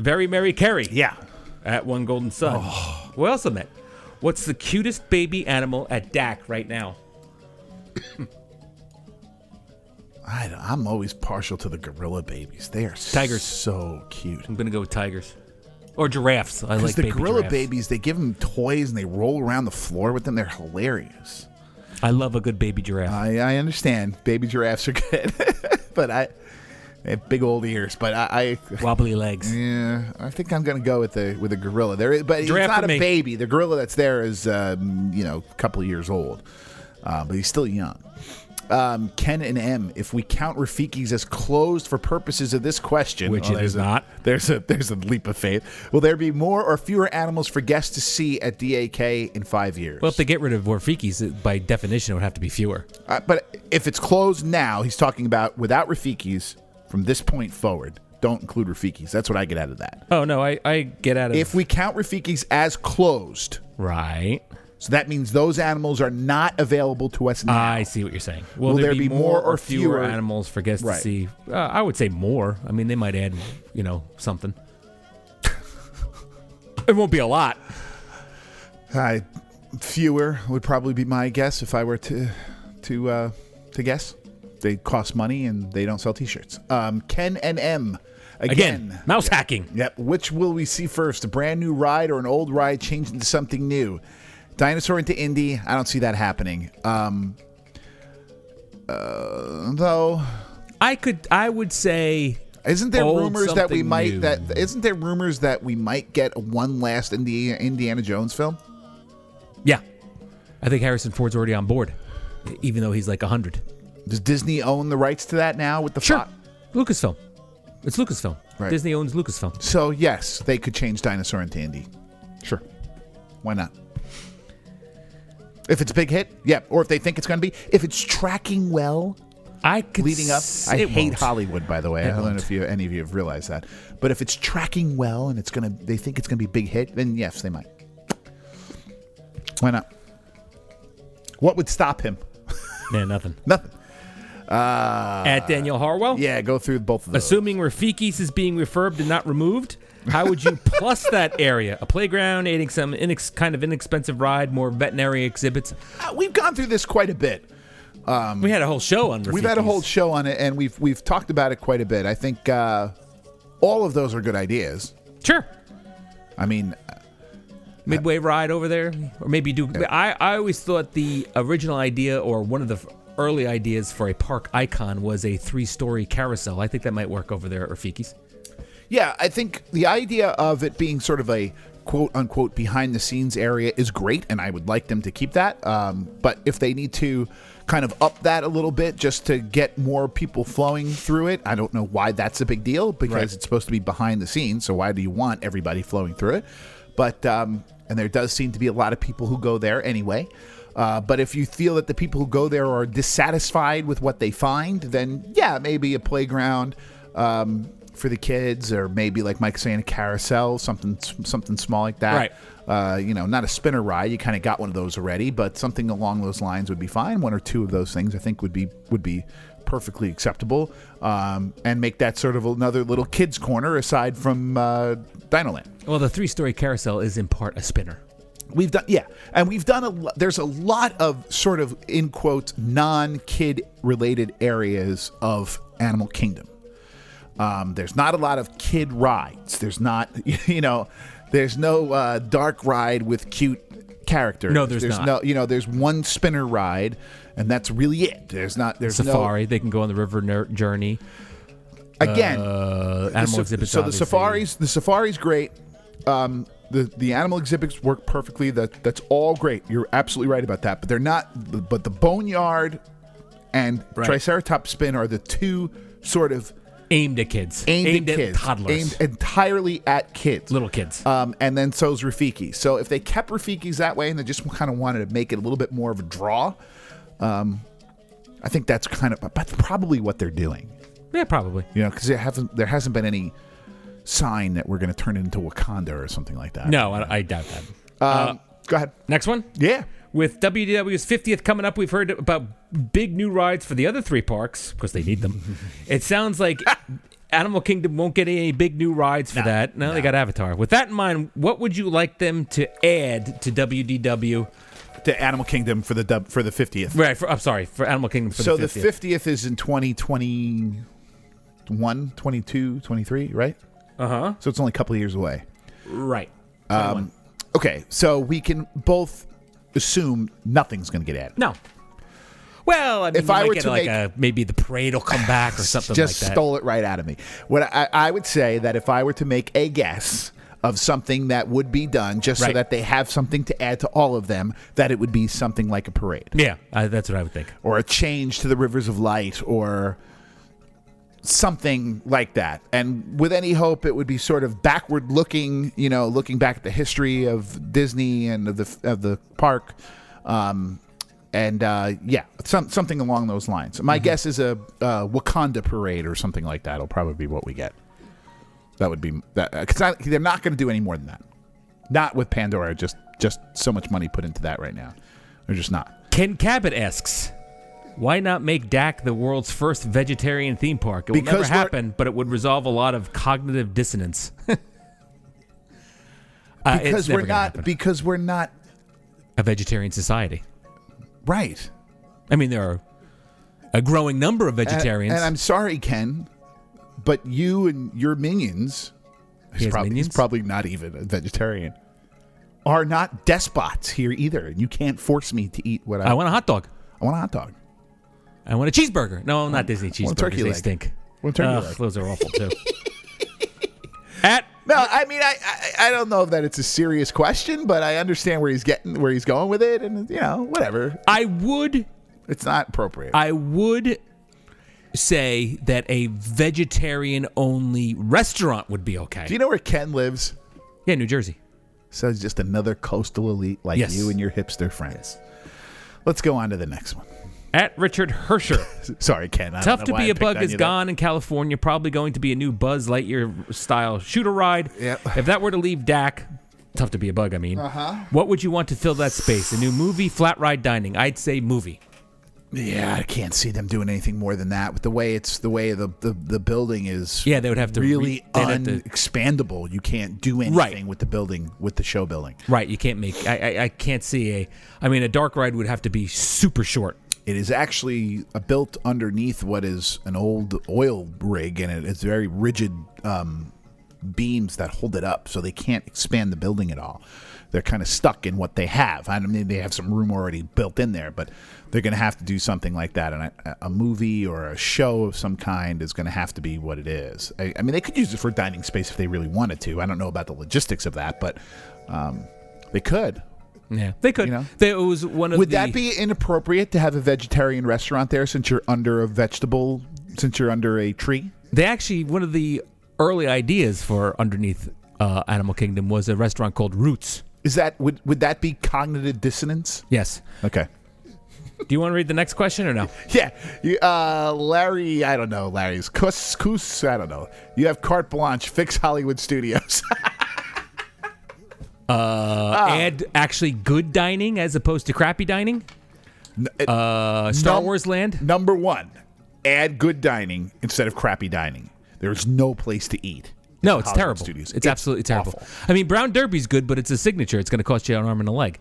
[SPEAKER 3] Very Mary Carey
[SPEAKER 1] yeah, Oh.
[SPEAKER 3] at One Golden Sun. What else I met? What's the cutest baby animal at DAC right now?
[SPEAKER 1] I, am always partial to the gorilla babies. They are
[SPEAKER 3] Tigers.
[SPEAKER 1] so cute.
[SPEAKER 3] I'm gonna go with tigers or giraffes. I
[SPEAKER 1] Because
[SPEAKER 3] like
[SPEAKER 1] the
[SPEAKER 3] baby
[SPEAKER 1] gorilla
[SPEAKER 3] giraffes.
[SPEAKER 1] babies, they give them toys and they roll around the floor with them. They're hilarious.
[SPEAKER 3] I love a good baby giraffe.
[SPEAKER 1] I, I understand baby giraffes are good, but I they have big old ears. But I, I
[SPEAKER 3] Wobbly legs.
[SPEAKER 1] yeah, I think I'm gonna go with the with a gorilla. There, is, but he's
[SPEAKER 3] Giraffe
[SPEAKER 1] not a
[SPEAKER 3] for me.
[SPEAKER 1] baby. The gorilla that's there is um, you know a couple of years old, uh, but he's still young. Um, Ken and M, if we count Rafiki's as closed for purposes of this question, oh,
[SPEAKER 3] Which it
[SPEAKER 1] there's
[SPEAKER 3] is
[SPEAKER 1] a-
[SPEAKER 3] not.
[SPEAKER 1] There's a there's a leap of faith. Will there be more or fewer animals for guests to see at DAK in five years?
[SPEAKER 3] Well, if they get rid of Warfikis, it- by definition, it would have to be fewer.
[SPEAKER 1] Uh, but if it's closed now, he's talking about without Rafiki's from this point forward. Don't include Rafiki's. That's what I get out of that.
[SPEAKER 3] Oh no, I, I get out of
[SPEAKER 1] If we count Rafiki's as closed,
[SPEAKER 3] right.
[SPEAKER 1] so that means those animals are not available to us now.
[SPEAKER 3] I see what you're saying. Will,
[SPEAKER 1] there be more or fewer-
[SPEAKER 3] animals for guests
[SPEAKER 1] Right.
[SPEAKER 3] to see? Uh, I would say more. I mean, they might add, you know, something. It won't be a lot.
[SPEAKER 1] I, fewer would probably be my guess if I were to to uh, to guess. They cost money and they don't sell T-shirts. Um, Ken and M
[SPEAKER 3] Again,
[SPEAKER 1] again.
[SPEAKER 3] mouse hacking.
[SPEAKER 1] Yep. Which will we see first? A brand new ride or an old ride changed into something new? Dinosaur into Indy. I don't see that happening. Um, uh, though,
[SPEAKER 3] I could. I would say
[SPEAKER 1] isn't there
[SPEAKER 3] Old
[SPEAKER 1] rumors that we
[SPEAKER 3] something
[SPEAKER 1] might
[SPEAKER 3] new.
[SPEAKER 1] that isn't there rumors that we might get one last Indi- Indiana Jones film?
[SPEAKER 3] Yeah. I think Harrison Ford's already on board, even though he's like 100.
[SPEAKER 1] Does Disney own the rights to that now with the Fox?
[SPEAKER 3] Lucasfilm. It's Lucasfilm.
[SPEAKER 1] Right.
[SPEAKER 3] Disney owns Lucasfilm.
[SPEAKER 1] So yes, they could change Dinosaur into Indy. Sure. Why not? If it's a big hit, yeah. Or if they think it's going to be, if it's tracking well,
[SPEAKER 3] I could
[SPEAKER 1] leading up.
[SPEAKER 3] s-
[SPEAKER 1] I
[SPEAKER 3] it
[SPEAKER 1] hate
[SPEAKER 3] won't.
[SPEAKER 1] Hollywood, by the way. I don't know
[SPEAKER 3] won't.
[SPEAKER 1] if you, any of you have realized that. But if it's tracking well and it's gonna, they think it's gonna be a big hit, then yes, they might. Why not? What would stop him?
[SPEAKER 3] Yeah, nothing.
[SPEAKER 1] Nothing.
[SPEAKER 3] At Daniel Harwell?
[SPEAKER 1] Yeah, go through both of those.
[SPEAKER 3] Assuming Rafikis is being refurbed and not removed, how would you plus that area? A playground, adding some inex- kind of inexpensive ride, more veterinary exhibits.
[SPEAKER 1] Uh, we've gone through this quite a bit.
[SPEAKER 3] We had a whole show on Rafikis.
[SPEAKER 1] Mm. We've had a whole show on it, and we've we've talked about it quite a bit. I think uh, all of those are good ideas.
[SPEAKER 3] Sure.
[SPEAKER 1] I mean,
[SPEAKER 3] midway ride over there, or maybe do. I I always thought the original idea or one of the f- early ideas for a park icon was a three-story carousel. I think that might work over there at Rafiki's.
[SPEAKER 1] Yeah, I think the idea of it being sort of a quote unquote behind the scenes area is great, and I would like them to keep that. Um, but if they need to kind of up that a little bit just to get more people flowing through it, I don't know why that's a big deal because it's supposed to be behind the scenes. So why do you want everybody flowing through it? But um, and there does seem to be a lot of people who go there anyway. Uh, but if you feel that the people who go there are dissatisfied with what they find, then yeah, maybe a playground um, for the kids, or maybe like Mike's saying, a carousel, something something small like that.
[SPEAKER 3] Right.
[SPEAKER 1] Uh, you know, not a spinner ride. You kind of got one of those already, but something along those lines would be fine. One or two of those things, I think, would be would be perfectly acceptable, um, and make that sort of another little kids corner aside from uh, Dinoland.
[SPEAKER 3] Well, the three-story carousel is in part a spinner.
[SPEAKER 1] We've done, yeah, and we've done a. lo- There's a lot of sort of in quotes non kid related areas of Animal Kingdom. Um, there's not a lot of kid rides. There's not, you know, there's no uh, dark ride with cute characters.
[SPEAKER 3] No, there's not.
[SPEAKER 1] no, you know, there's one spinner ride, and that's really it. There's not. There's
[SPEAKER 3] Safari. They can go on the river ner- journey.
[SPEAKER 1] no again.
[SPEAKER 3] Uh,
[SPEAKER 1] the
[SPEAKER 3] animal
[SPEAKER 1] sa-
[SPEAKER 3] exhibits.
[SPEAKER 1] So
[SPEAKER 3] obviously.
[SPEAKER 1] the safaris, the safari's great. Um, the the animal exhibits work perfectly. That that's all great. You're absolutely right about that. But they're not. But the boneyard and triceratops spin are the two sort of
[SPEAKER 3] aimed at kids,
[SPEAKER 1] aimed, at
[SPEAKER 3] at,
[SPEAKER 1] kids,
[SPEAKER 3] toddlers,
[SPEAKER 1] aimed entirely at kids.
[SPEAKER 3] little kids.
[SPEAKER 1] Um, and then so's Rafiki. So if they kept Rafiki's that way and they just kind of wanted to make it a little bit more of a draw, um, I think that's kind of that's probably what they're doing
[SPEAKER 3] yeah, probably.
[SPEAKER 1] you know, because there haven't there hasn't been any sign that we're going to turn it into Wakanda or something like that.
[SPEAKER 3] No, I, I doubt that.
[SPEAKER 1] Um, go ahead.
[SPEAKER 3] Next one.
[SPEAKER 1] Yeah.
[SPEAKER 3] With WDW's 50th coming up, we've heard about big new rides for the other three parks because they need them. it sounds like Animal Kingdom won't get any big new rides for that. No, they got Avatar. With that in mind, what would you like them to add to WDW?
[SPEAKER 1] The Animal Kingdom for the dub, for the fiftieth.
[SPEAKER 3] Right, for, I'm sorry, for Animal Kingdom for
[SPEAKER 1] So
[SPEAKER 3] the
[SPEAKER 1] the
[SPEAKER 3] 50th.
[SPEAKER 1] fiftieth is in 2021, 22, 23, right? Uh huh. So it's only a couple of years away.
[SPEAKER 3] right.
[SPEAKER 1] Okay, so we can both assume nothing's going to get added.
[SPEAKER 3] No. Well, I mean,
[SPEAKER 1] If
[SPEAKER 3] you
[SPEAKER 1] I
[SPEAKER 3] might
[SPEAKER 1] were
[SPEAKER 3] get
[SPEAKER 1] to
[SPEAKER 3] like
[SPEAKER 1] make-
[SPEAKER 3] a, maybe the parade will come back or something
[SPEAKER 1] Just
[SPEAKER 3] like that.
[SPEAKER 1] stole it right out of me. What I, I would say that if I were to make a guess of something that would be done, just so
[SPEAKER 3] Right.
[SPEAKER 1] that they have something to add to all of them, that it would be something like a parade.
[SPEAKER 3] yeah, uh, that's what I would think.
[SPEAKER 1] or a change to the rivers of light or something like that and with any hope it would be sort of backward looking you know looking back at the history of disney and of the of the park um and uh yeah some, something along those lines my guess is a uh, wakanda parade or something like that will probably be what we get that would be that because they're not going to do any more than that not with pandora just just so much money put into that right now they're just not
[SPEAKER 3] Ken Cabot asks, "Why not make DAC the world's first vegetarian theme park? It will never
[SPEAKER 1] Because we're-
[SPEAKER 3] happen, but it would resolve a lot of cognitive dissonance." Uh, it's
[SPEAKER 1] because
[SPEAKER 3] never
[SPEAKER 1] we're
[SPEAKER 3] gonna
[SPEAKER 1] not
[SPEAKER 3] happen.
[SPEAKER 1] because we're not
[SPEAKER 3] a vegetarian society.
[SPEAKER 1] right.
[SPEAKER 3] I mean, there are a growing number of
[SPEAKER 1] And-
[SPEAKER 3] vegetarians.
[SPEAKER 1] And, I'm sorry, Ken, but you and your minions, he's
[SPEAKER 3] has
[SPEAKER 1] probably, he's
[SPEAKER 3] minions?
[SPEAKER 1] probably not even a vegetarian, are not despots here either. And you can't force me to eat what I,
[SPEAKER 3] I want a hot dog.
[SPEAKER 1] I want a hot dog.
[SPEAKER 3] I want a cheeseburger. No, not Disney
[SPEAKER 1] want a
[SPEAKER 3] cheeseburgers.
[SPEAKER 1] turkey
[SPEAKER 3] they
[SPEAKER 1] leg.
[SPEAKER 3] stink.
[SPEAKER 1] Well, turkey
[SPEAKER 3] Ugh,
[SPEAKER 1] leg.
[SPEAKER 3] those are awful too. At
[SPEAKER 1] No, I mean, I, I I don't know if that it's a serious question, but I understand where he's getting, where he's going with it, and you know, whatever.
[SPEAKER 3] I would
[SPEAKER 1] It's not appropriate.
[SPEAKER 3] I would say that a vegetarian only restaurant would be okay.
[SPEAKER 1] Do you know where Ken lives?
[SPEAKER 3] yeah, New Jersey.
[SPEAKER 1] So it's just another coastal elite like
[SPEAKER 3] Yes.
[SPEAKER 1] you and your hipster friends. Let's go on to the next one.
[SPEAKER 3] At Richard Hersher.
[SPEAKER 1] Sorry, Ken. I don't
[SPEAKER 3] Tough
[SPEAKER 1] know
[SPEAKER 3] to
[SPEAKER 1] why
[SPEAKER 3] be
[SPEAKER 1] I
[SPEAKER 3] a
[SPEAKER 1] picked
[SPEAKER 3] bug
[SPEAKER 1] on
[SPEAKER 3] is
[SPEAKER 1] you there.
[SPEAKER 3] gone in California. Probably going to be a new Buzz Lightyear style shooter ride.
[SPEAKER 1] Yep.
[SPEAKER 3] If that were to leave Dak, tough to be a bug. I mean,
[SPEAKER 1] Uh-huh.
[SPEAKER 3] what would you want to fill that space? A new movie, flat ride dining. I'd say movie.
[SPEAKER 1] Yeah, I can't see them doing anything more than that. With the way it's the way the the, the building is.
[SPEAKER 3] Yeah, they would have to re-
[SPEAKER 1] really
[SPEAKER 3] they'd have to-
[SPEAKER 1] unexpandable. You can't do anything
[SPEAKER 3] Right.
[SPEAKER 1] with the building with the show building.
[SPEAKER 3] Right. You can't make. I, I. I can't see a. I mean, a dark ride would have to be super short.
[SPEAKER 1] It is actually uh, built underneath what is an old oil rig, and it is very rigid um, beams that hold it up, so they can't expand the building at all. They're kind of stuck in what they have. I mean, they have some room already built in there, but they're going to have to do something like that. And a, a movie or a show of some kind is going to have to be what it is. I, I mean, they could use it for dining space if they really wanted to. I don't know about the logistics of that, but um, they could.
[SPEAKER 3] Yeah, they could.
[SPEAKER 1] You know?
[SPEAKER 3] They- it was one of
[SPEAKER 1] Would
[SPEAKER 3] the-
[SPEAKER 1] that be inappropriate to have a vegetarian restaurant there since you're under a vegetable, since you're under a tree?
[SPEAKER 3] They actually one of the early ideas for underneath uh, Animal Kingdom was a restaurant called Roots.
[SPEAKER 1] Is that would would that be cognitive dissonance?
[SPEAKER 3] Yes.
[SPEAKER 1] Okay.
[SPEAKER 3] Do you want to read the next question or no?
[SPEAKER 1] Yeah. You, uh, Larry, I don't know. Larry's couscous. I don't know. You have carte blanche. Fix Hollywood Studios.
[SPEAKER 3] Uh,
[SPEAKER 1] Ah.
[SPEAKER 3] Add actually good dining as opposed to crappy dining. Uh, Star
[SPEAKER 1] Num-
[SPEAKER 3] Wars Land.
[SPEAKER 1] Number one, add good dining instead of crappy dining. There's no place to eat.
[SPEAKER 3] No, it's
[SPEAKER 1] Hollywood
[SPEAKER 3] terrible.
[SPEAKER 1] Studios.
[SPEAKER 3] It's absolutely terrible.
[SPEAKER 1] awful.
[SPEAKER 3] I mean, Brown Derby's good, but it's a signature. It's going to cost you an arm and a leg.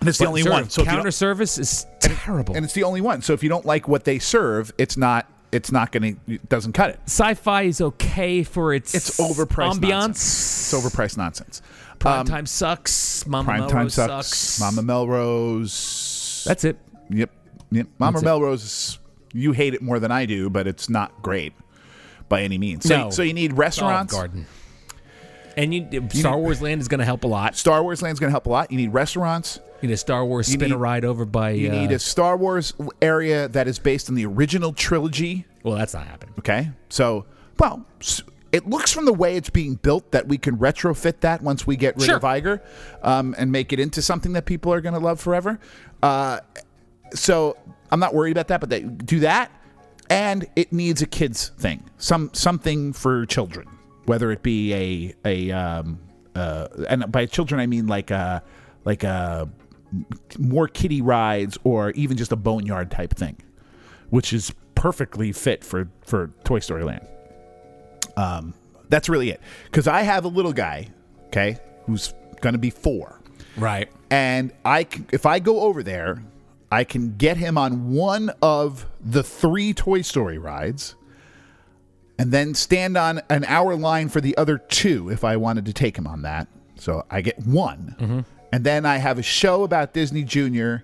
[SPEAKER 1] And it's the
[SPEAKER 3] But
[SPEAKER 1] only
[SPEAKER 3] serve-
[SPEAKER 1] one. So if you don't-
[SPEAKER 3] counter service is terrible.
[SPEAKER 1] and it's the only one. So if you don't like what they serve, it's not. It's not going to. It doesn't cut it.
[SPEAKER 3] Sci-fi is okay for its
[SPEAKER 1] It's overpriced.
[SPEAKER 3] ambiance.
[SPEAKER 1] Nonsense. It's overpriced nonsense.
[SPEAKER 3] Prime time sucks. Mama
[SPEAKER 1] Prime
[SPEAKER 3] Melrose
[SPEAKER 1] time sucks.
[SPEAKER 3] sucks.
[SPEAKER 1] Mama Melrose.
[SPEAKER 3] That's it.
[SPEAKER 1] yep. Yep. Mama
[SPEAKER 3] That's it.
[SPEAKER 1] Melrose. is- You hate it more than I do, but it's not great by any means. So,
[SPEAKER 3] No.
[SPEAKER 1] so you need
[SPEAKER 3] It's Olive
[SPEAKER 1] restaurants.
[SPEAKER 3] Garden. And you, Star
[SPEAKER 1] need-
[SPEAKER 3] Wars Land is going to help a lot.
[SPEAKER 1] Star Wars Land's going to help a lot. You need restaurants.
[SPEAKER 3] You need a Star Wars
[SPEAKER 1] You
[SPEAKER 3] spin a
[SPEAKER 1] need-
[SPEAKER 3] ride over by.
[SPEAKER 1] You
[SPEAKER 3] uh,
[SPEAKER 1] need a Star Wars area that is based on the original trilogy.
[SPEAKER 3] well, that's not happening.
[SPEAKER 1] Okay. So, well, s- it looks from the way it's being built that we can retrofit that once we get rid
[SPEAKER 3] Sure.
[SPEAKER 1] of Iger um, and make it into something that people are going to love forever. Uh, so I'm not worried about that, but they do that. And it needs a kids thing, some something for children, whether it be a a um, uh, and by children I mean like a like a more kiddie rides or even just a boneyard type thing, which is perfectly fit for for Toy Story Land. Um, that's really it. Because I have a little guy, okay, who's gonna be four,
[SPEAKER 3] Right.
[SPEAKER 1] and I c- if I go over there, I can get him on one of the three Toy Story rides. And then stand on an hour line for the other two if I wanted to take him on that. So I get one.
[SPEAKER 3] Mm-hmm.
[SPEAKER 1] And then I have a show about Disney Jr.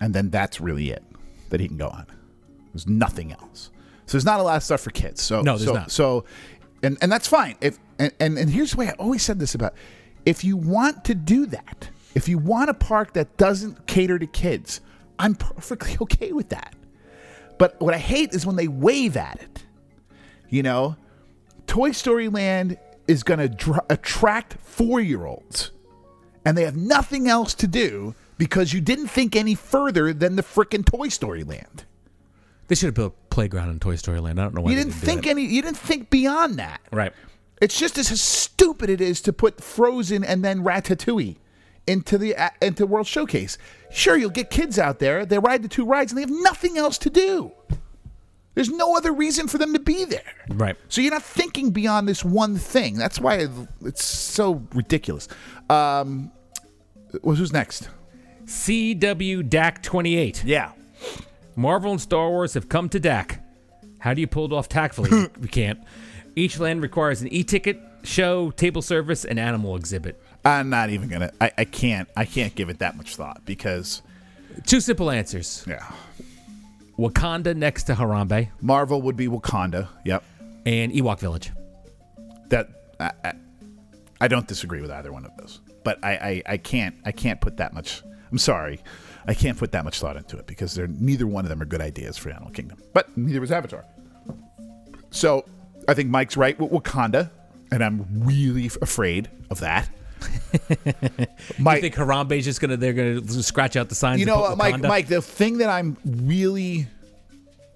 [SPEAKER 1] And then that's really it that he can go on. There's nothing else. So there's not a lot of stuff for kids. So
[SPEAKER 3] No, there's
[SPEAKER 1] so,
[SPEAKER 3] not.
[SPEAKER 1] So, and and that's fine. If and, and and here's the way I always said this about: if you want to do that, if you want a park that doesn't cater to kids, I'm perfectly okay with that. But what I hate is when they wave at it. You know, Toy Story Land is going to dr- attract four year olds, and they have nothing else to do because you didn't think any further than the frickin' Toy Story Land.
[SPEAKER 3] They should have built a playground in Toy Story Land. I don't know why
[SPEAKER 1] You
[SPEAKER 3] they
[SPEAKER 1] didn't
[SPEAKER 3] do
[SPEAKER 1] think
[SPEAKER 3] that.
[SPEAKER 1] any. You didn't think beyond that.
[SPEAKER 3] Right.
[SPEAKER 1] It's just as stupid it is to put Frozen and then Ratatouille into the uh, into World Showcase. Sure, you'll get kids out there. They ride the two rides and they have nothing else to do. There's no other reason for them to be there.
[SPEAKER 2] Right.
[SPEAKER 1] So you're not thinking beyond this one thing. That's why it's so ridiculous. Um, wh- who's next?
[SPEAKER 3] CW DAC 28.
[SPEAKER 1] Yeah.
[SPEAKER 3] Marvel and Star Wars have come to DAC. How do you pull it off tactfully? we can't. Each land requires an e-ticket, show, table service, and animal exhibit.
[SPEAKER 1] I'm not even gonna. I, I can't. I can't give it that much thought because
[SPEAKER 3] Two simple answers.
[SPEAKER 1] yeah,
[SPEAKER 3] Wakanda next to Harambe
[SPEAKER 1] Marvel would be Wakanda. Yep.
[SPEAKER 3] and Ewok Village.
[SPEAKER 1] That I, I, I don't disagree with either one of those, but I, I I can't I can't put that much. I'm sorry, I can't put that much thought into it because they're neither one of them are good ideas for Animal Kingdom. But neither was Avatar. So I think Mike's right with Wakanda, and I'm really f- afraid of that.
[SPEAKER 3] I
[SPEAKER 1] Mike,
[SPEAKER 3] think Harambe's just gonna they're gonna scratch out the signs.
[SPEAKER 1] you
[SPEAKER 3] and
[SPEAKER 1] know,
[SPEAKER 3] put
[SPEAKER 1] uh, Mike,
[SPEAKER 3] Wakanda.
[SPEAKER 1] Mike, the thing that I'm really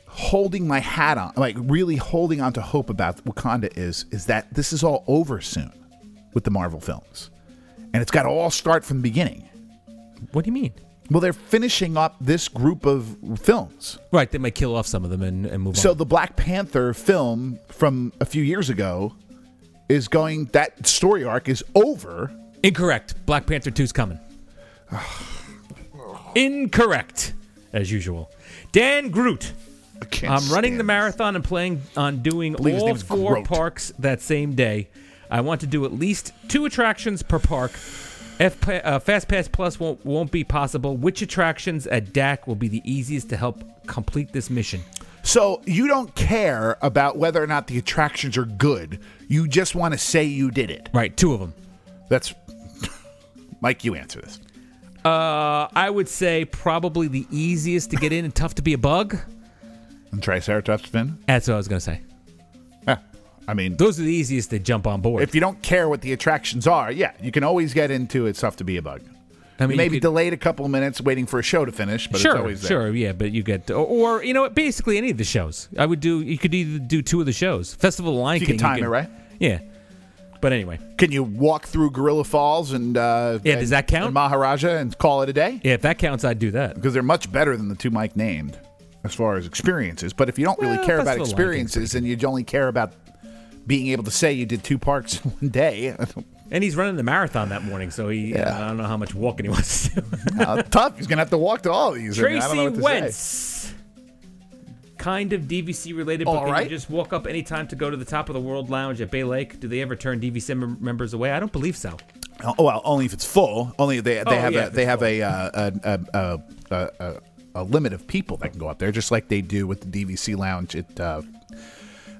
[SPEAKER 1] holding my hat on, like really holding on to hope about Wakanda is, is that this is all over soon with the Marvel films, and it's got to all start from the beginning.
[SPEAKER 3] What do you mean?
[SPEAKER 1] Well, they're finishing up this group of films.
[SPEAKER 3] Right, they might kill off some of them and, and move
[SPEAKER 1] So
[SPEAKER 3] on.
[SPEAKER 1] the Black Panther film from a few years ago is going. That story arc is over.
[SPEAKER 3] Incorrect. Black Panther 2's coming. Incorrect, as usual. Dan Groot.
[SPEAKER 1] I can't
[SPEAKER 3] I'm running the
[SPEAKER 1] stand-
[SPEAKER 3] marathon and planning on doing
[SPEAKER 1] believe his
[SPEAKER 3] all
[SPEAKER 1] name is
[SPEAKER 3] four
[SPEAKER 1] Grote.
[SPEAKER 3] parks that same day. I want to do at least two attractions per park. F pa- uh, Fast Pass Plus won't won't be possible. Which attractions at DAC will be the easiest to help complete this mission?
[SPEAKER 1] So you don't care about whether or not the attractions are good. You just want to say you did it.
[SPEAKER 3] Right, two of them.
[SPEAKER 1] That's Mike. You answer this.
[SPEAKER 3] Uh, I would say probably the easiest to get in and tough to be a bug.
[SPEAKER 1] And Triceratops fin.
[SPEAKER 3] That's what I was gonna say.
[SPEAKER 1] Huh. I mean,
[SPEAKER 3] Those are the easiest to jump on board.
[SPEAKER 1] if you don't care what the attractions are, yeah, you can always get into it's tough to be a bug.
[SPEAKER 3] I mean, you
[SPEAKER 1] Maybe
[SPEAKER 3] could-
[SPEAKER 1] delayed a couple minutes waiting for a show to finish, but
[SPEAKER 3] sure,
[SPEAKER 1] it's always there.
[SPEAKER 3] sure, yeah, but you get or, or you know what, basically any of the shows. I would do. You could either do two of the shows, Festival of the Lion
[SPEAKER 1] You
[SPEAKER 3] King.
[SPEAKER 1] can time it right.
[SPEAKER 3] Yeah, but anyway,
[SPEAKER 1] Can you walk through Gorilla Falls and uh,
[SPEAKER 3] Yeah, does
[SPEAKER 1] and-
[SPEAKER 3] that count?
[SPEAKER 1] and Maharaja and call it a day?
[SPEAKER 3] yeah, if that counts, I'd do that.
[SPEAKER 1] because they're much better than the two Mike named as far as experiences. But if you don't really
[SPEAKER 3] Well,
[SPEAKER 1] care about
[SPEAKER 3] Festival of Lion King's
[SPEAKER 1] experiences and you only care about being able to say you did two parks in one day,
[SPEAKER 3] And he's running the marathon that morning, so he.
[SPEAKER 1] Yeah.
[SPEAKER 3] I don't know how much walking he wants to do.
[SPEAKER 1] how Uh, tough he's gonna have to walk to all of these. I mean, I don't know
[SPEAKER 3] Tracy
[SPEAKER 1] what to say.
[SPEAKER 3] Wentz. Kind of DVC related, but
[SPEAKER 1] All
[SPEAKER 3] can you
[SPEAKER 1] right.
[SPEAKER 3] just walk up anytime to go to the top of the World Lounge at Bay Lake? Do they ever turn DVC mem- members away? I don't believe so.
[SPEAKER 1] Oh, well, only if it's full. Only if they they
[SPEAKER 3] Oh,
[SPEAKER 1] have
[SPEAKER 3] yeah,
[SPEAKER 1] a
[SPEAKER 3] if
[SPEAKER 1] they
[SPEAKER 3] it's
[SPEAKER 1] have a, uh, a, a, a, a, a a limit of people that can go up there, just like they do with the DVC lounge at uh,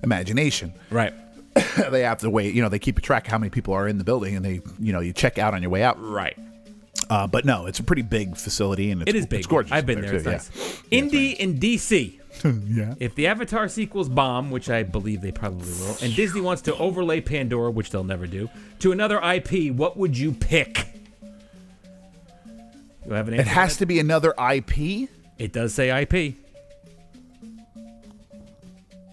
[SPEAKER 1] Imagination.
[SPEAKER 3] Right.
[SPEAKER 1] they have to wait. You know, they keep a track of how many people are in the building, and they you know you check out on your way out.
[SPEAKER 3] Right.
[SPEAKER 1] Uh, but no, it's a pretty big facility, and it's,
[SPEAKER 3] It is big.
[SPEAKER 1] It's gorgeous.
[SPEAKER 3] I've been there.
[SPEAKER 1] too,
[SPEAKER 3] it's nice. Indy and DC.
[SPEAKER 1] Yeah. yeah.
[SPEAKER 3] If the Avatar sequels bomb, which I believe they probably will, and Disney wants to overlay Pandora, which they'll never do, to another IP, what would you pick? You have an answer.
[SPEAKER 1] It has to be another IP.
[SPEAKER 3] It does say IP.
[SPEAKER 1] It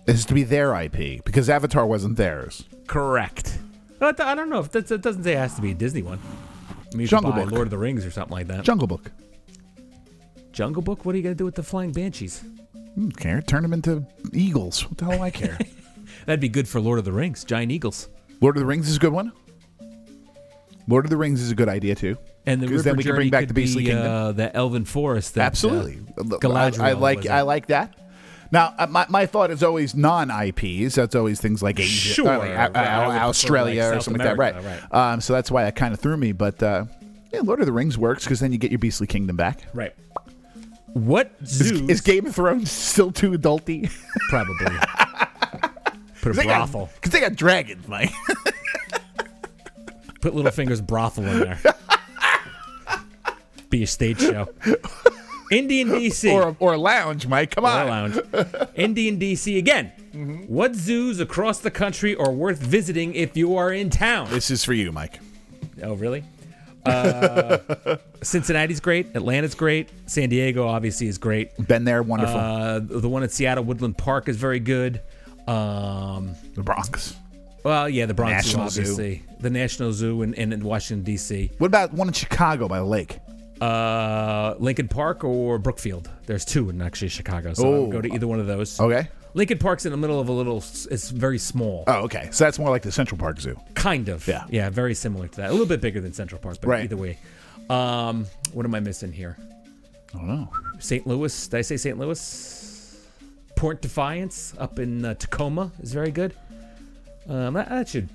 [SPEAKER 1] has to be their IP because Avatar wasn't theirs.
[SPEAKER 3] Correct. I don't- I don't know if that's, it doesn't say it has to be a Disney one. I mean, you could
[SPEAKER 1] Jungle
[SPEAKER 3] buy
[SPEAKER 1] Book.
[SPEAKER 3] Lord of the Rings or something like that.
[SPEAKER 1] Jungle Book.
[SPEAKER 3] Jungle Book. What are you gonna do with the flying banshees?
[SPEAKER 1] Hmm, care. Turn them into eagles. What the hell do I care?
[SPEAKER 3] That'd be good for Lord of the Rings, giant eagles,
[SPEAKER 1] Lord of the Rings is a good one. Lord of the Rings is a good idea too.
[SPEAKER 3] and the river
[SPEAKER 1] because then we can bring
[SPEAKER 3] journey
[SPEAKER 1] back
[SPEAKER 3] could
[SPEAKER 1] the Beastly
[SPEAKER 3] be,
[SPEAKER 1] Kingdom.
[SPEAKER 3] uh, the Elven Forest. That, uh,
[SPEAKER 1] Absolutely.
[SPEAKER 3] Galadriel
[SPEAKER 1] I, I like
[SPEAKER 3] was
[SPEAKER 1] I
[SPEAKER 3] in.
[SPEAKER 1] like that. Now, uh, my, my thought is always non IPs. That's always things like Asia,
[SPEAKER 3] Sure,
[SPEAKER 1] uh, like, uh,
[SPEAKER 3] right. I would
[SPEAKER 1] uh,
[SPEAKER 3] prefer,
[SPEAKER 1] Australia
[SPEAKER 3] like,
[SPEAKER 1] or
[SPEAKER 3] South
[SPEAKER 1] something like that,
[SPEAKER 3] America,
[SPEAKER 1] right? Um, so that's why that kind of threw me. But uh, yeah, Lord of the Rings works because then you get your Beastly Kingdom back.
[SPEAKER 3] Right. What zoo?
[SPEAKER 1] Is Game of Thrones still too adulty?
[SPEAKER 3] probably. Put a
[SPEAKER 1] they got
[SPEAKER 3] brothel.
[SPEAKER 1] because they got dragons, Mike.
[SPEAKER 3] Put Littlefinger's brothel in there. Be a stage show. Indian DC.
[SPEAKER 1] or or a lounge, Mike. Come
[SPEAKER 3] Or
[SPEAKER 1] on.
[SPEAKER 3] a lounge. Indian DC again.
[SPEAKER 1] Mm-hmm.
[SPEAKER 3] What zoos across the country are worth visiting if you are in town?
[SPEAKER 1] This is for you, Mike.
[SPEAKER 3] Oh, really? Uh, Cincinnati's great. Atlanta's great. San Diego obviously is great.
[SPEAKER 1] Been there, wonderful.
[SPEAKER 3] Uh, the one at Seattle Woodland Park is very good. Um,
[SPEAKER 1] the Bronx.
[SPEAKER 3] Well, yeah, the Bronx
[SPEAKER 1] National
[SPEAKER 3] Zoo, obviously. The National Zoo in, in, in Washington, D.C.
[SPEAKER 1] What about one in Chicago by the lake?
[SPEAKER 3] Uh, Lincoln Park or Brookfield. There's two in actually Chicago, so I
[SPEAKER 1] Oh.
[SPEAKER 3] would go to either one of those.
[SPEAKER 1] Okay.
[SPEAKER 3] Lincoln Park's in the middle of a little. s- It's very small,
[SPEAKER 1] Oh, okay. So that's more like the Central Park Zoo.
[SPEAKER 3] kind of.
[SPEAKER 1] Yeah.
[SPEAKER 3] yeah, very similar to that. A little bit bigger than Central Park, but
[SPEAKER 1] Right.
[SPEAKER 3] either way. Um, what am I missing here?
[SPEAKER 1] I don't know.
[SPEAKER 3] St. Louis. Did I say St. Louis? Port Defiance up in uh, Tacoma is very good. Um, that, that should.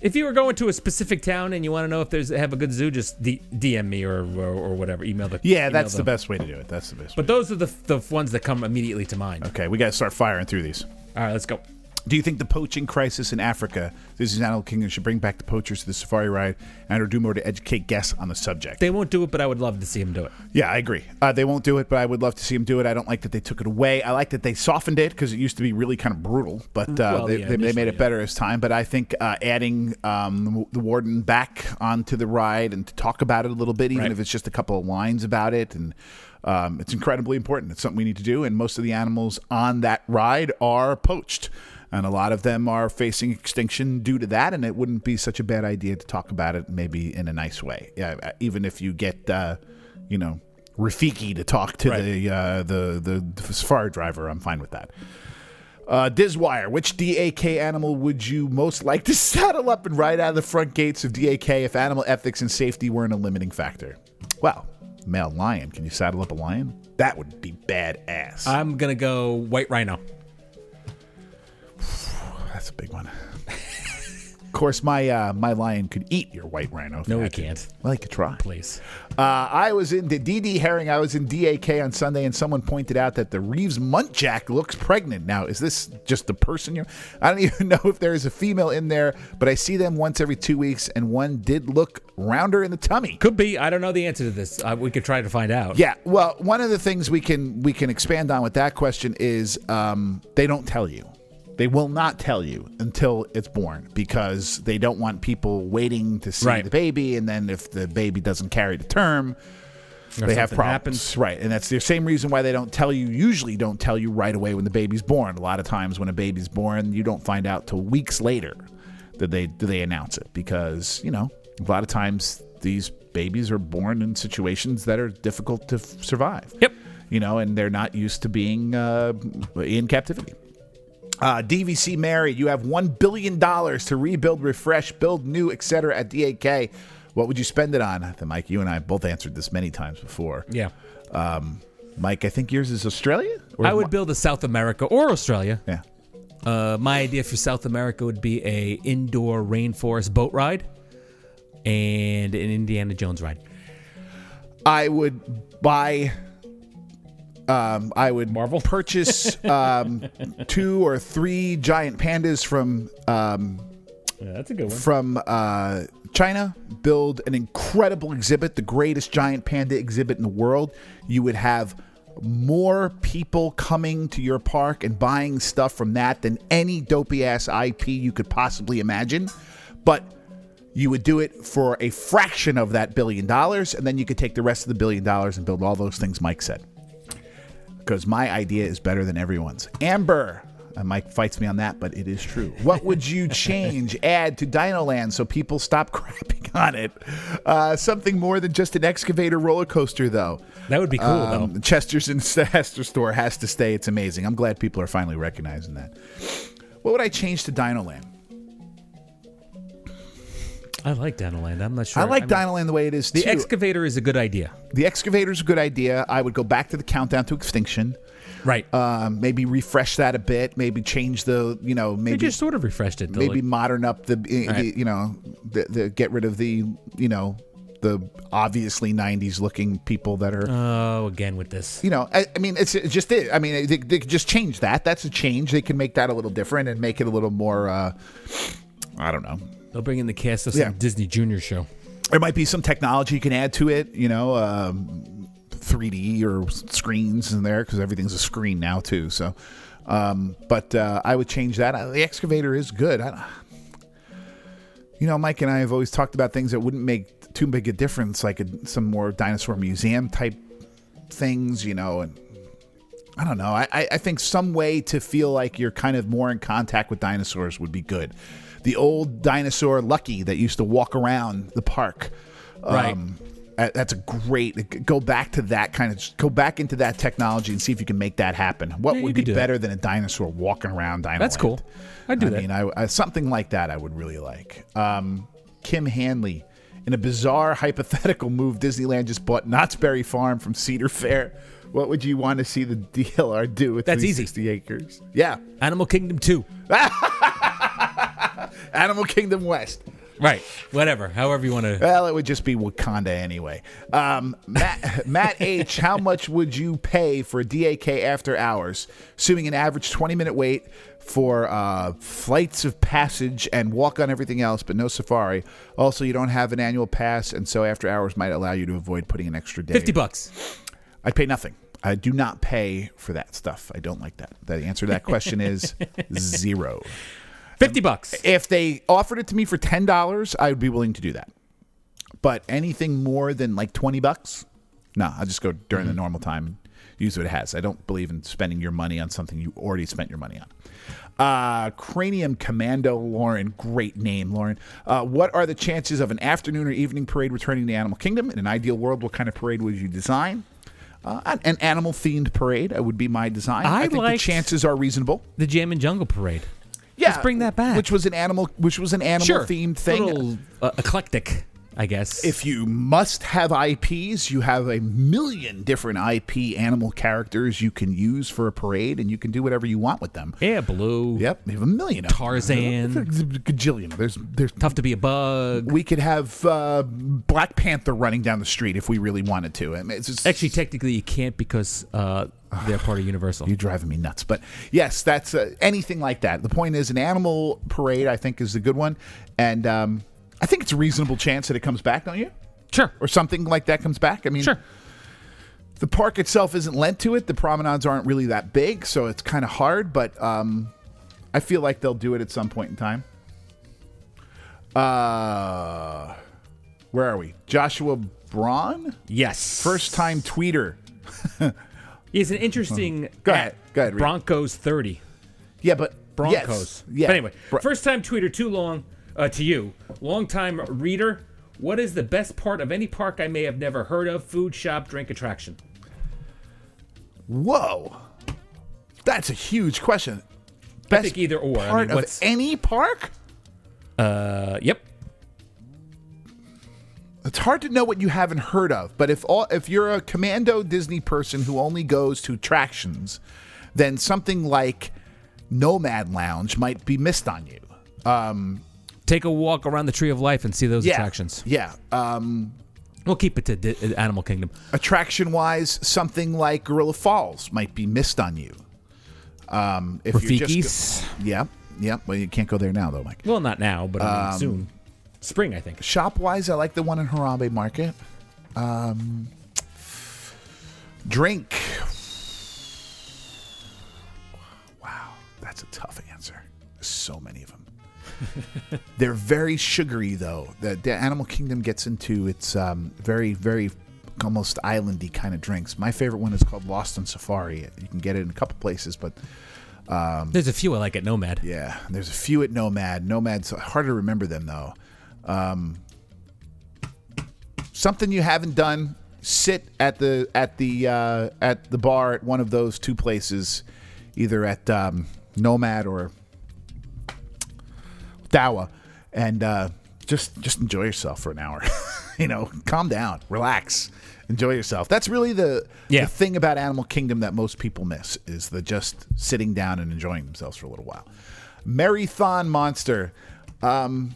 [SPEAKER 3] If you were going to a specific town and you want to know if there's have a good zoo, just D- DM me or, or or whatever. Email the
[SPEAKER 1] Yeah,
[SPEAKER 3] email
[SPEAKER 1] that's the
[SPEAKER 3] them.
[SPEAKER 1] best way to do it. That's the best.
[SPEAKER 3] But those are the the ones that come immediately to mind.
[SPEAKER 1] okay, we got to start firing through these.
[SPEAKER 3] All right, let's go.
[SPEAKER 1] Do you think the poaching crisis in Africa, this is Animal Kingdom, should bring back the poachers to the safari ride and or do more to educate guests on the subject?
[SPEAKER 3] They won't do it, but I would love to see him do it.
[SPEAKER 1] yeah, I agree. Uh, they won't do it, but I would love to see them do it. I don't like that they took it away. I like that they softened it because it used to be really kind of brutal, but uh,
[SPEAKER 3] Well,
[SPEAKER 1] they,
[SPEAKER 3] yeah,
[SPEAKER 1] they, they made
[SPEAKER 3] initially,
[SPEAKER 1] it better as time. But I think uh, adding um, the warden back onto the ride and to talk about it a little bit, even
[SPEAKER 3] Right.
[SPEAKER 1] if it's just a couple of lines about it, and um, it's incredibly important. It's something we need to do. And most of the animals on that ride are poached, and a lot of them are facing extinction due to that. And it wouldn't be such a bad idea to talk about it maybe in a nice way, yeah, even if you get, uh, you know. Rafiki to talk to
[SPEAKER 3] Right.
[SPEAKER 1] the, uh, the the the safari driver. I'm fine with that. Uh, Dizwire, which DAK animal would you most like to saddle up and ride out of the front gates of DAK if animal ethics and safety weren't a limiting factor? Well, male lion. Can you saddle up a lion? That would be badass.
[SPEAKER 3] I'm gonna go white rhino.
[SPEAKER 1] That's a big one. of course, my uh, my lion could eat your white rhino. if
[SPEAKER 3] No,
[SPEAKER 1] it
[SPEAKER 3] we
[SPEAKER 1] had to.
[SPEAKER 3] can't.
[SPEAKER 1] Well, he could try.
[SPEAKER 3] Please.
[SPEAKER 1] Uh, I was in the DD Herring. I was in DAK on Sunday, and someone pointed out that the Reeves Muntjac looks pregnant. Now, is this just the person you? I don't even know if there is a female in there, but I see them once every two weeks, and one did look rounder in the tummy.
[SPEAKER 3] Could be. I don't know the answer to this. Uh, we could try to find out.
[SPEAKER 1] Yeah. Well, one of the things we can we can expand on with that question is um, they don't tell you. They will not tell you until it's born because they don't want people waiting to see
[SPEAKER 3] Right.
[SPEAKER 1] the baby, and then if the baby doesn't carry to term,
[SPEAKER 3] Or
[SPEAKER 1] they have
[SPEAKER 3] something
[SPEAKER 1] problems,
[SPEAKER 3] happens.
[SPEAKER 1] right? And that's the same reason why they don't tell you. Usually, don't tell you right away when the baby's born. A lot of times, when a baby's born, you don't find out till weeks later that they that they announce it because you know a lot of times these babies are born in situations that are difficult to f- survive.
[SPEAKER 3] Yep.
[SPEAKER 1] You know, and they're not used to being uh, in captivity. Uh, DVC Mary, you have one billion dollars to rebuild, refresh, build new, etc. At DAK. What would you spend it on? I think, Mike, you and I both answered this many times before.
[SPEAKER 3] Yeah.
[SPEAKER 1] Mike, I think yours is Australia. Or
[SPEAKER 3] I would build a South America or Australia.
[SPEAKER 1] Yeah.
[SPEAKER 3] Uh, my idea for South America would be a indoor rainforest boat ride and an Indiana Jones ride.
[SPEAKER 1] I would buy. Um, I would Marvel purchase um, two or three giant pandas from um,
[SPEAKER 3] Yeah, that's a good one.
[SPEAKER 1] from uh, China, build an incredible exhibit, the greatest giant panda exhibit in the world. You would have more people coming to your park and buying stuff from that than any dopey ass IP you could possibly imagine. But you would do it for a fraction of that billion dollars, and then you could take the rest of the billion dollars and build all those things Mike said because my idea is better than everyone's. Amber, and Mike fights me on that, but it is true. What would you change, add to Dinoland so people stop crapping on it? Uh, something more than just an excavator roller coaster, though.
[SPEAKER 3] That would be cool,
[SPEAKER 1] Um, Chester's and Hester store has to stay. It's amazing. I'm glad people are finally recognizing that. What would I change to Dinoland?
[SPEAKER 3] though. I like Dinoland. I'm not sure.
[SPEAKER 1] I like
[SPEAKER 3] mean,
[SPEAKER 1] Dinoland the way it is
[SPEAKER 3] The
[SPEAKER 1] too.
[SPEAKER 3] excavator is a good idea.
[SPEAKER 1] the excavator's a good idea. I would go back to the countdown to extinction.
[SPEAKER 3] Right.
[SPEAKER 1] Um, maybe refresh that a bit. Maybe change the you know
[SPEAKER 3] they
[SPEAKER 1] maybe
[SPEAKER 3] just sort of refreshed it. though,
[SPEAKER 1] maybe
[SPEAKER 3] like-
[SPEAKER 1] modern up the, the
[SPEAKER 3] Right.
[SPEAKER 1] you know the, the get rid of the you know the obviously 90s looking people that are
[SPEAKER 3] oh, again with this.
[SPEAKER 1] you know I, I mean it's, it's just it i mean they, they could just change that that's a change they can make that a little different and make it a little more uh i don't know
[SPEAKER 3] They'll bring in the cast of some
[SPEAKER 1] Yeah.
[SPEAKER 3] Disney Junior show.
[SPEAKER 1] there might be some technology you can add to it you know um 3d or s- screens in there because everything's a screen now too so um but uh i would change that Uh, the excavator is good I, you know mike and i have always talked about things that wouldn't make too big a difference like a, some more dinosaur museum type things you know and I don't know. I, I I think some way to feel like you're kind of more in contact with dinosaurs would be good. The old dinosaur Lucky that used to walk around the park,
[SPEAKER 3] Right.
[SPEAKER 1] um, uh, that's a great. Go back to that kind of. Go back into that technology and see if you can make that happen. What
[SPEAKER 3] Yeah, you
[SPEAKER 1] would be
[SPEAKER 3] could do that.
[SPEAKER 1] better than a dinosaur walking around? Dino
[SPEAKER 3] That's cool. I'd do
[SPEAKER 1] I
[SPEAKER 3] that.
[SPEAKER 1] mean, I, I, something like that I would really like. Um, Kim Hanley, in a bizarre hypothetical move, Disneyland just bought Knott's Berry Farm from Cedar Fair. What would you want to see the DLR do with
[SPEAKER 3] That's easy.
[SPEAKER 1] 360 acres? Yeah,
[SPEAKER 3] Animal Kingdom 2.
[SPEAKER 1] Animal Kingdom West.
[SPEAKER 3] Right. Whatever. However you want to.
[SPEAKER 1] Well, it would just be Wakanda anyway. Um, Matt, Matt H, how much would you pay for a DAK after hours, assuming an average 20 minute wait for uh, flights of passage and walk on everything else, but no safari? Also, you don't have an annual pass, and so after hours might allow you to avoid putting an extra day.
[SPEAKER 3] 50 bucks.
[SPEAKER 1] I'd pay nothing. I do not pay for that stuff. I don't like that. The answer to that question is zero.
[SPEAKER 3] 50 bucks.
[SPEAKER 1] If they offered it to me for ten dollars, I would be willing to do that. But anything more than like twenty bucks, no, I'll just go during the
[SPEAKER 3] Mm-hmm.
[SPEAKER 1] normal time and use what it has. I don't believe in spending your money on something you already spent your money on. Uh, Cranium Commando Lauren, great name, Lauren. Uh, what are the chances of an afternoon or evening parade returning to Animal Kingdom? In an ideal world, what kind of parade would you design? Uh, an- an animal themed parade uh, would be my design.
[SPEAKER 3] I
[SPEAKER 1] think the
[SPEAKER 3] liked-
[SPEAKER 1] chances are reasonable.
[SPEAKER 3] The Jam and Jungle Parade.
[SPEAKER 1] Yeah,
[SPEAKER 3] Let's bring that back.
[SPEAKER 1] Which was an animal, which was an animal
[SPEAKER 3] sure.
[SPEAKER 1] themed thing.
[SPEAKER 3] little uh, eclectic, I guess.
[SPEAKER 1] if you must have IPs, you have a million different IP animal characters you can use for a parade, and you can do whatever you want with them.
[SPEAKER 3] yeah, Blue.
[SPEAKER 1] Yep, you have a million. of them.
[SPEAKER 3] Tarzan.
[SPEAKER 1] There's a gajillion. There's there's.
[SPEAKER 3] Tough to be a bug.
[SPEAKER 1] We could have uh, Black Panther running down the street if we really wanted to. I mean, it's just-
[SPEAKER 3] Actually, technically, you can't because uh, they're part of Universal.
[SPEAKER 1] You're driving me nuts. But yes, that's uh, anything like that. The point is, an animal parade, I think, is a good one. And um, I think it's a reasonable chance that it comes back, don't you?
[SPEAKER 3] Sure.
[SPEAKER 1] Or something like that comes back. I mean,
[SPEAKER 3] Sure.
[SPEAKER 1] the park itself isn't lent to it. The promenades aren't really that big, so it's kind of hard, but um, I feel like they'll do it at some point in time. Uh, where are we? Joshua Braun?
[SPEAKER 3] Yes.
[SPEAKER 1] First time tweeter.
[SPEAKER 3] He's an interesting. uh,
[SPEAKER 1] Go ahead. Go ahead, read it.
[SPEAKER 3] Broncos 30.
[SPEAKER 1] Yeah, but. yes.
[SPEAKER 3] Broncos.
[SPEAKER 1] Yeah.
[SPEAKER 3] But anyway,
[SPEAKER 1] Bro-
[SPEAKER 3] first time tweeter too long uh, to you. Long time reader. What is the best part of any park I may have never heard of? Food, shop, drink, attraction.
[SPEAKER 1] Whoa. That's a huge question. Best
[SPEAKER 3] think either or. I
[SPEAKER 1] Part
[SPEAKER 3] mean,
[SPEAKER 1] of
[SPEAKER 3] what's-
[SPEAKER 1] any park?
[SPEAKER 3] Uh, yep.
[SPEAKER 1] It's hard to know what you haven't heard of, but if all if you're a commando Disney person who only goes to attractions, then something like Nomad Lounge might be missed on you.
[SPEAKER 3] Take a walk around the Tree of Life and see those
[SPEAKER 1] Yeah.
[SPEAKER 3] attractions.
[SPEAKER 1] Yeah. Um,
[SPEAKER 3] We'll keep it to di- uh, Animal Kingdom.
[SPEAKER 1] attraction wise, something like Gorilla Falls might be missed on you. Um, if you're just
[SPEAKER 3] Rafiki's.
[SPEAKER 1] go- yeah, yeah. Well, you can't go there now though, Mike.
[SPEAKER 3] Well, not now, but I
[SPEAKER 1] Um,
[SPEAKER 3] mean, soon. Spring, I think.
[SPEAKER 1] Shop wise, I like the one in Harambe Market. Um, drink. Wow, that's a tough answer. There's so many of them. They're very sugary, though. The, the Animal Kingdom gets into its um, very, very almost islandy kind of drinks. My favorite one is called Lost on Safari. You can get it in a couple places, but
[SPEAKER 3] There's a few I like at Nomad.
[SPEAKER 1] um, yeah, there's a few at Nomad. Nomad's hard to remember them though. Um, something you haven't done: sit at the at the uh, at the bar at one of those two places, either at um, Nomad or Dawa, and uh, just just enjoy yourself for an hour. you know, calm down, relax, enjoy yourself. That's really the
[SPEAKER 3] Yeah.
[SPEAKER 1] the thing about Animal Kingdom that most people miss is the just sitting down and enjoying themselves for a little while. Marathon Monster. Um,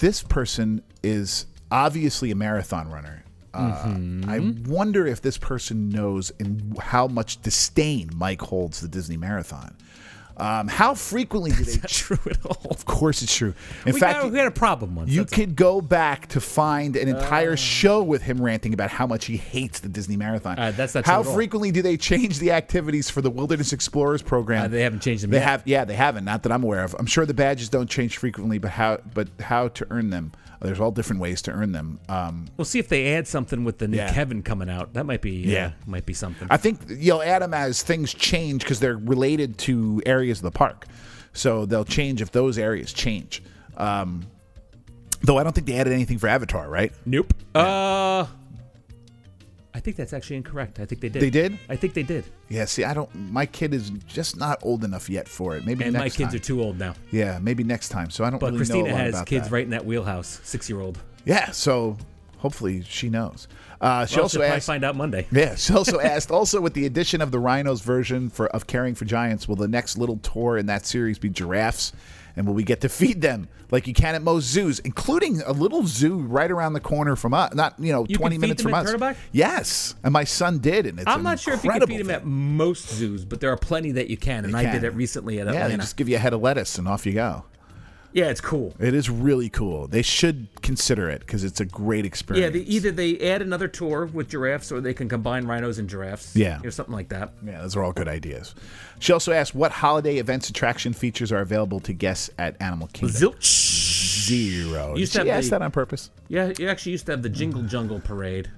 [SPEAKER 1] this person is obviously a marathon runner. Uh,
[SPEAKER 3] Mm-hmm.
[SPEAKER 1] I wonder if this person knows in how much disdain Mike holds the Disney Marathon. Um, how frequently do they
[SPEAKER 3] True at all.
[SPEAKER 1] of course, it's true. In
[SPEAKER 3] We,
[SPEAKER 1] fact,
[SPEAKER 3] got, we had a Ah. problem once.
[SPEAKER 1] you
[SPEAKER 3] that's all.
[SPEAKER 1] could go back to find an entire show with him ranting about how much he hates the Disney Marathon.
[SPEAKER 3] Uh, that's not true
[SPEAKER 1] how
[SPEAKER 3] at all.
[SPEAKER 1] frequently do they change the activities for the Wilderness Explorers program?
[SPEAKER 3] Uh, they haven't changed them
[SPEAKER 1] They
[SPEAKER 3] yet.
[SPEAKER 1] have, yeah, they haven't. Not that I'm aware of. I'm sure the badges don't change frequently, but how, but how to earn them? Uh, There's all different ways to earn them. Um,
[SPEAKER 3] We'll see if they add something with the new
[SPEAKER 1] Yeah.
[SPEAKER 3] Kevin coming out. That might be uh,
[SPEAKER 1] Yeah.
[SPEAKER 3] might be something.
[SPEAKER 1] I think you'll add them as things change because they're related to areas of the park. So they'll change if those areas change. Um, though I don't think they added anything for Avatar, right?
[SPEAKER 3] nope. Uh, think that's actually incorrect. I think they did.
[SPEAKER 1] They did?
[SPEAKER 3] I think they did.
[SPEAKER 1] Yeah, see, I don't. My kid is just not old enough yet for it. Maybe
[SPEAKER 3] And
[SPEAKER 1] next
[SPEAKER 3] my kids
[SPEAKER 1] time.
[SPEAKER 3] are too old now.
[SPEAKER 1] Yeah, maybe next time. So I don't
[SPEAKER 3] But
[SPEAKER 1] really
[SPEAKER 3] Christina
[SPEAKER 1] know a lot
[SPEAKER 3] has
[SPEAKER 1] about
[SPEAKER 3] kids
[SPEAKER 1] that.
[SPEAKER 3] right in that wheelhouse, six year old.
[SPEAKER 1] Yeah, so hopefully she knows. Uh, she
[SPEAKER 3] Well,
[SPEAKER 1] also
[SPEAKER 3] she'll probably
[SPEAKER 1] asked.
[SPEAKER 3] find out Monday.
[SPEAKER 1] Yeah, she also asked. Also, with the addition of the Rhinos version for of Caring for Giants, will the next little tour in that series be giraffes? And will we get to feed them like you can at most zoos, including a little zoo right around the corner from us? Not you know
[SPEAKER 3] You
[SPEAKER 1] twenty
[SPEAKER 3] can feed
[SPEAKER 1] minutes
[SPEAKER 3] them
[SPEAKER 1] from
[SPEAKER 3] at
[SPEAKER 1] us.
[SPEAKER 3] Turtleback?
[SPEAKER 1] Yes, and my son did, and it's
[SPEAKER 3] I'm not sure if you can feed them
[SPEAKER 1] them
[SPEAKER 3] at most zoos, but there are plenty that you can. And I
[SPEAKER 1] can.
[SPEAKER 3] did it recently at
[SPEAKER 1] Yeah,
[SPEAKER 3] Atlanta.
[SPEAKER 1] they just give you a head of lettuce and off you go.
[SPEAKER 3] yeah, it's cool.
[SPEAKER 1] It is really cool. They should consider it because it's a great
[SPEAKER 3] Yeah,
[SPEAKER 1] experience.
[SPEAKER 3] they, either they add another tour with giraffes or they can combine rhinos and giraffes.
[SPEAKER 1] Yeah.
[SPEAKER 3] Or something like that.
[SPEAKER 1] Yeah, those are all good ideas. She also asked what holiday events attraction features are available to guests at Animal Kingdom.
[SPEAKER 3] Zilch.
[SPEAKER 1] Zero.
[SPEAKER 3] You
[SPEAKER 1] Did
[SPEAKER 3] used to
[SPEAKER 1] she
[SPEAKER 3] have
[SPEAKER 1] asked
[SPEAKER 3] the-
[SPEAKER 1] that on purpose?
[SPEAKER 3] Yeah, you actually used to have the Jingle Jungle Parade,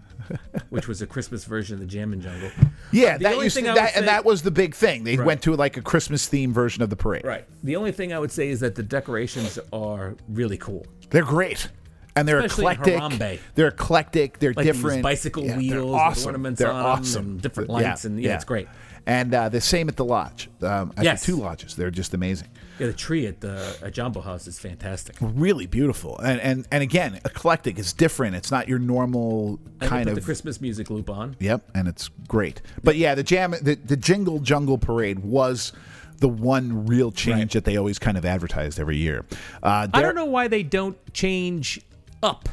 [SPEAKER 3] which was a Christmas version of the Jammin' Jungle.
[SPEAKER 1] Yeah,
[SPEAKER 3] the
[SPEAKER 1] that
[SPEAKER 3] only
[SPEAKER 1] used to,
[SPEAKER 3] thing I
[SPEAKER 1] that,
[SPEAKER 3] would
[SPEAKER 1] and
[SPEAKER 3] say-
[SPEAKER 1] that was the big thing. They
[SPEAKER 3] Right.
[SPEAKER 1] went to like a Christmas themed version of the parade.
[SPEAKER 3] Right. The only thing I would say is that the decorations are really cool.
[SPEAKER 1] They're great. And they're
[SPEAKER 3] Especially in
[SPEAKER 1] eclectic.
[SPEAKER 3] Harambe.
[SPEAKER 1] They're eclectic. They're
[SPEAKER 3] Like these
[SPEAKER 1] different.
[SPEAKER 3] bicycle
[SPEAKER 1] Yeah, they're
[SPEAKER 3] wheels with
[SPEAKER 1] awesome.
[SPEAKER 3] ornaments
[SPEAKER 1] they're
[SPEAKER 3] on 'em
[SPEAKER 1] awesome.
[SPEAKER 3] and different
[SPEAKER 1] Yeah,
[SPEAKER 3] lights and, yeah, it's great.
[SPEAKER 1] And uh, the same at the lodge. Um, at
[SPEAKER 3] Yes.
[SPEAKER 1] the two lodges, they're just amazing.
[SPEAKER 3] Yeah, the tree at the at Jumbo House is fantastic.
[SPEAKER 1] Really beautiful. And and and again, eclectic. It's different. It's not your normal
[SPEAKER 3] And they
[SPEAKER 1] kind
[SPEAKER 3] put
[SPEAKER 1] of
[SPEAKER 3] the Christmas music loop on.
[SPEAKER 1] Yep, and it's great. But yeah, the jam, the, the Jingle Jungle Parade was the one real change that they always kind of advertised every year. Uh,
[SPEAKER 3] I
[SPEAKER 1] there-
[SPEAKER 3] don't know why they don't change up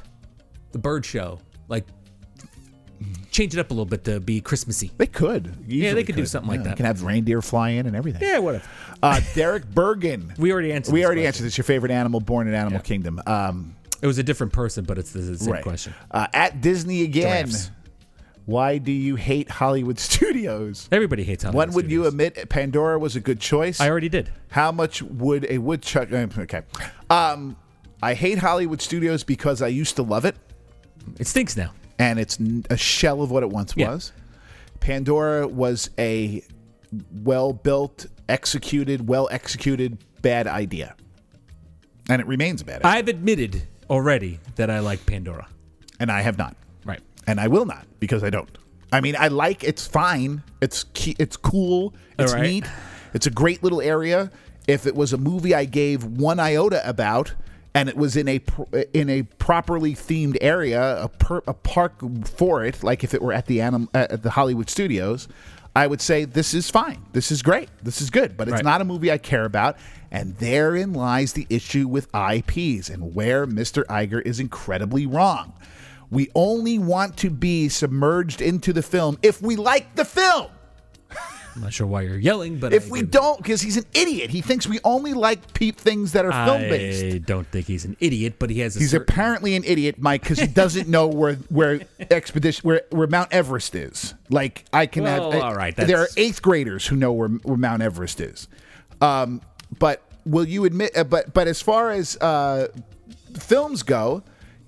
[SPEAKER 3] the bird show. Like change it up a little bit to be Christmassy.
[SPEAKER 1] They could.
[SPEAKER 3] they
[SPEAKER 1] easily
[SPEAKER 3] could do something like
[SPEAKER 1] Yeah, They
[SPEAKER 3] that.
[SPEAKER 1] can have reindeer fly in and everything.
[SPEAKER 3] Yeah, whatever.
[SPEAKER 1] Uh, Derek Bergen.
[SPEAKER 3] We already answered
[SPEAKER 1] We
[SPEAKER 3] this
[SPEAKER 1] already
[SPEAKER 3] question.
[SPEAKER 1] answered this. Your favorite animal born in Animal Kingdom. Um,
[SPEAKER 3] It was a different person, but it's the the same
[SPEAKER 1] right.
[SPEAKER 3] question.
[SPEAKER 1] Uh, at Disney again.
[SPEAKER 3] Giraffes.
[SPEAKER 1] Why do you hate Hollywood studios?
[SPEAKER 3] Everybody hates Hollywood.
[SPEAKER 1] When would you
[SPEAKER 3] Studios.
[SPEAKER 1] admit Pandora was a good choice?
[SPEAKER 3] I already did.
[SPEAKER 1] How much would a woodchuck? uh, Okay, um, I hate Hollywood studios because I used to love it,
[SPEAKER 3] It stinks now.
[SPEAKER 1] and it's n- a shell of what it once
[SPEAKER 3] Yeah.
[SPEAKER 1] was. Pandora was a well-built, executed, well-executed bad idea, and it remains a bad. idea.
[SPEAKER 3] I've admitted already that I like Pandora.
[SPEAKER 1] and I have not,
[SPEAKER 3] Right.
[SPEAKER 1] and I will not because I don't. I mean, I like it's fine. It's key, it's cool. It's
[SPEAKER 3] All right.
[SPEAKER 1] neat. It's a great little area. If it was a movie I gave one iota about, and it was in a pr- in a properly themed area, a, per, a park for it, like if it were at the anim, uh, at the Hollywood Studios, I would say this is fine. This is great. This is good. But it's
[SPEAKER 3] Right.
[SPEAKER 1] not a movie I care about, and therein lies the issue with IPs and where Mr. Iger is incredibly wrong. We only want to be submerged into the film if we like the film.
[SPEAKER 3] I'm not sure why you're yelling, but I
[SPEAKER 1] If we
[SPEAKER 3] agree with
[SPEAKER 1] don't, because he's an idiot, he thinks we only like pe- things that are film based.
[SPEAKER 3] I don't think he's an idiot, but he has a
[SPEAKER 1] He's
[SPEAKER 3] certain,
[SPEAKER 1] apparently an idiot, Mike, because he doesn't know where where expedition where where Mount Everest is. Like I can
[SPEAKER 3] Well,
[SPEAKER 1] have.
[SPEAKER 3] all right,
[SPEAKER 1] there are
[SPEAKER 3] that's-
[SPEAKER 1] eighth graders who know where, where Mount Everest is. Um, but will you admit? Uh, but but as far as uh, films go,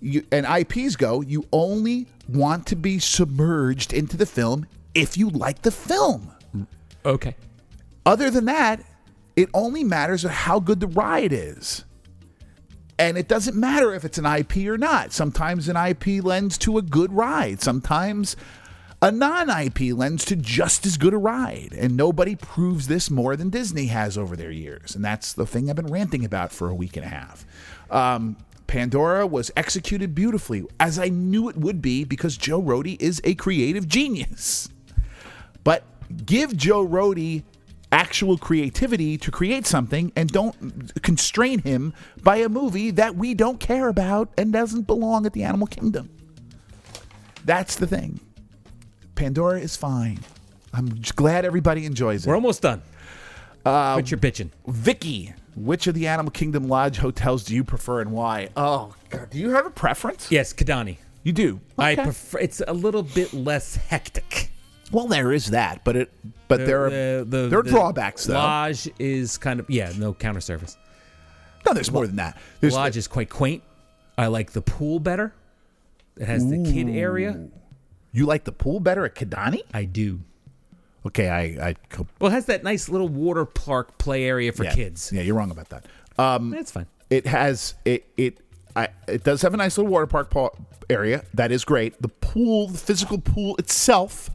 [SPEAKER 1] you, and IPs go, you only want to be submerged into the film if you like the film.
[SPEAKER 3] okay.
[SPEAKER 1] Other than that, it only matters how good the ride is. And it doesn't matter if it's an IP or not. Sometimes an IP lends to a good ride. Sometimes a non IP lends to just as good a ride. And nobody proves this more than Disney has over their years. And that's the thing I've been ranting about for a week and a half. Um, Pandora was executed beautifully, as I knew it would be, because Joe Rohde is a creative genius. But give Joe Rohde actual creativity to create something and don't constrain him by a movie that we don't care about and doesn't belong at the animal kingdom. That's the thing. Pandora is fine. I'm j- glad everybody enjoys it.
[SPEAKER 3] We're almost done.
[SPEAKER 1] Um,
[SPEAKER 3] Uh, but you're bitching.
[SPEAKER 1] Vicky, which of the Animal Kingdom Lodge hotels do you prefer and why? Oh, God. Do you have a preference?
[SPEAKER 3] Yes, Kadani.
[SPEAKER 1] You do.
[SPEAKER 3] I
[SPEAKER 1] Okay.
[SPEAKER 3] prefer. It's a little bit less hectic.
[SPEAKER 1] well, there is that, but it but there are there are drawbacks though.
[SPEAKER 3] Lodge is kind of yeah, no counter service.
[SPEAKER 1] no, there's more than that.
[SPEAKER 3] The
[SPEAKER 1] There's
[SPEAKER 3] lodge is quite quaint. I like the pool better. It has the kid area.
[SPEAKER 1] You like the pool better at Kidani?
[SPEAKER 3] I do.
[SPEAKER 1] Okay, I, I co-
[SPEAKER 3] Well, it has that nice little water park play area for
[SPEAKER 1] yeah.
[SPEAKER 3] kids.
[SPEAKER 1] Yeah, you're wrong about that. Um,
[SPEAKER 3] That's fine.
[SPEAKER 1] it has it it I, it does have a nice little water park pa- area. That is great. The p- pool, the physical pool itself,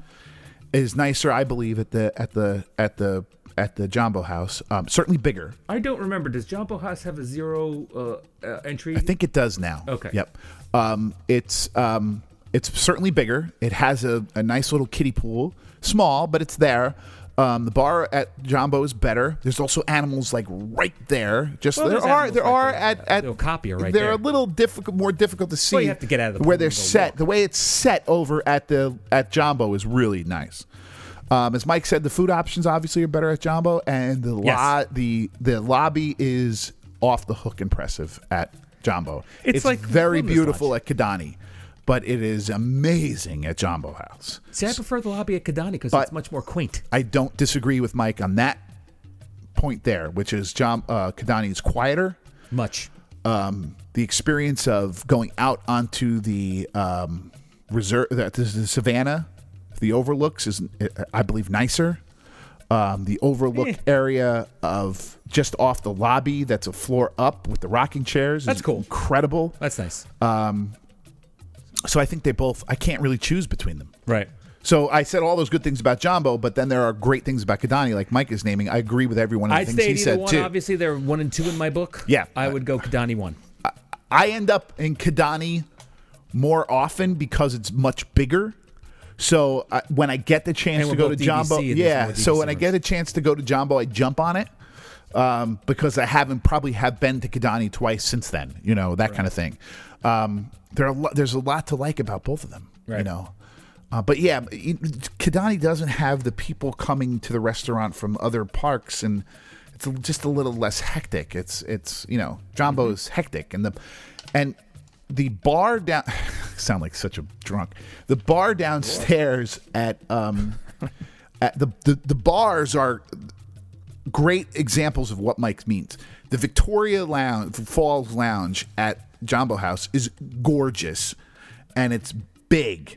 [SPEAKER 1] is nicer, I believe, at the at the at the at the Jumbo House. Um, certainly bigger.
[SPEAKER 3] I don't remember. Does Jumbo House have a zero uh, uh, entry?
[SPEAKER 1] I think it does now.
[SPEAKER 3] Okay.
[SPEAKER 1] Yep. Um, it's um, it's certainly bigger. It has a, a nice little kiddie pool, small, but it's there. Um, the bar at Jumbo is better. There's also animals like right there. Just
[SPEAKER 3] Well,
[SPEAKER 1] there
[SPEAKER 3] there's
[SPEAKER 1] are
[SPEAKER 3] animals
[SPEAKER 1] there
[SPEAKER 3] right
[SPEAKER 1] are
[SPEAKER 3] there.
[SPEAKER 1] at, at
[SPEAKER 3] They'll copy it right
[SPEAKER 1] They're
[SPEAKER 3] there.
[SPEAKER 1] a little difficult, more difficult to see.
[SPEAKER 3] you have to get out of the
[SPEAKER 1] where
[SPEAKER 3] pool
[SPEAKER 1] they're
[SPEAKER 3] and go
[SPEAKER 1] set.
[SPEAKER 3] walk.
[SPEAKER 1] The way it's set over at the at Jumbo is really nice. Um, as Mike said, the food options obviously are better at Jumbo, and the
[SPEAKER 3] Yes.
[SPEAKER 1] lo- the the lobby is off the hook impressive at Jumbo.
[SPEAKER 3] It's like
[SPEAKER 1] very
[SPEAKER 3] Wilderness
[SPEAKER 1] beautiful at Kidani, but it is amazing at Jumbo House.
[SPEAKER 3] See, I prefer the lobby at Kadani because
[SPEAKER 1] But-
[SPEAKER 3] it's much more quaint.
[SPEAKER 1] I don't disagree with Mike on that point there, which is Jam- uh, Kidani is quieter.
[SPEAKER 3] Much.
[SPEAKER 1] Um, the experience of going out onto the um, reserve, the, the, the savannah, the overlooks is, I believe, nicer. Um, the overlook
[SPEAKER 3] Eh.
[SPEAKER 1] area of just off the lobby that's a floor up with the rocking chairs
[SPEAKER 3] That's
[SPEAKER 1] is
[SPEAKER 3] cool.
[SPEAKER 1] incredible.
[SPEAKER 3] That's nice.
[SPEAKER 1] Uh, So I think they both. I can't really choose between them.
[SPEAKER 3] right.
[SPEAKER 1] So I said all those good things about Jumbo, but then there are great things about Kadani, like Mike is naming. I agree with every one of the
[SPEAKER 3] I'd
[SPEAKER 1] things
[SPEAKER 3] stay
[SPEAKER 1] he
[SPEAKER 3] at either
[SPEAKER 1] said
[SPEAKER 3] one.
[SPEAKER 1] too.
[SPEAKER 3] Obviously, they're one and two in my book.
[SPEAKER 1] Yeah.
[SPEAKER 3] I would go Kadani one.
[SPEAKER 1] I end up in Kadani more often because it's much bigger. So I, when I get the chance
[SPEAKER 3] And
[SPEAKER 1] to
[SPEAKER 3] we're
[SPEAKER 1] go to
[SPEAKER 3] both
[SPEAKER 1] Jumbo,
[SPEAKER 3] DVC, and there's
[SPEAKER 1] yeah.
[SPEAKER 3] more
[SPEAKER 1] So
[SPEAKER 3] DVC
[SPEAKER 1] when I
[SPEAKER 3] rooms.
[SPEAKER 1] get a chance to go to Jumbo, I jump on it um, because I haven't probably have been to Kadani twice since then. You know that kind of thing. Um, there are a lo- there's a lot to like about both of them. You
[SPEAKER 3] Right.
[SPEAKER 1] know. Uh, but yeah, it- Kidani doesn't have the people coming to the restaurant from other parks, and it's a- just a little less hectic. It's it's you know Jumbo is hectic, and the and the bar down sound like such a drunk. The bar downstairs at um at the the, the bars are great examples of what Mike means. The Victoria Lounge, Falls Lounge at Jumbo House is gorgeous, and it's big,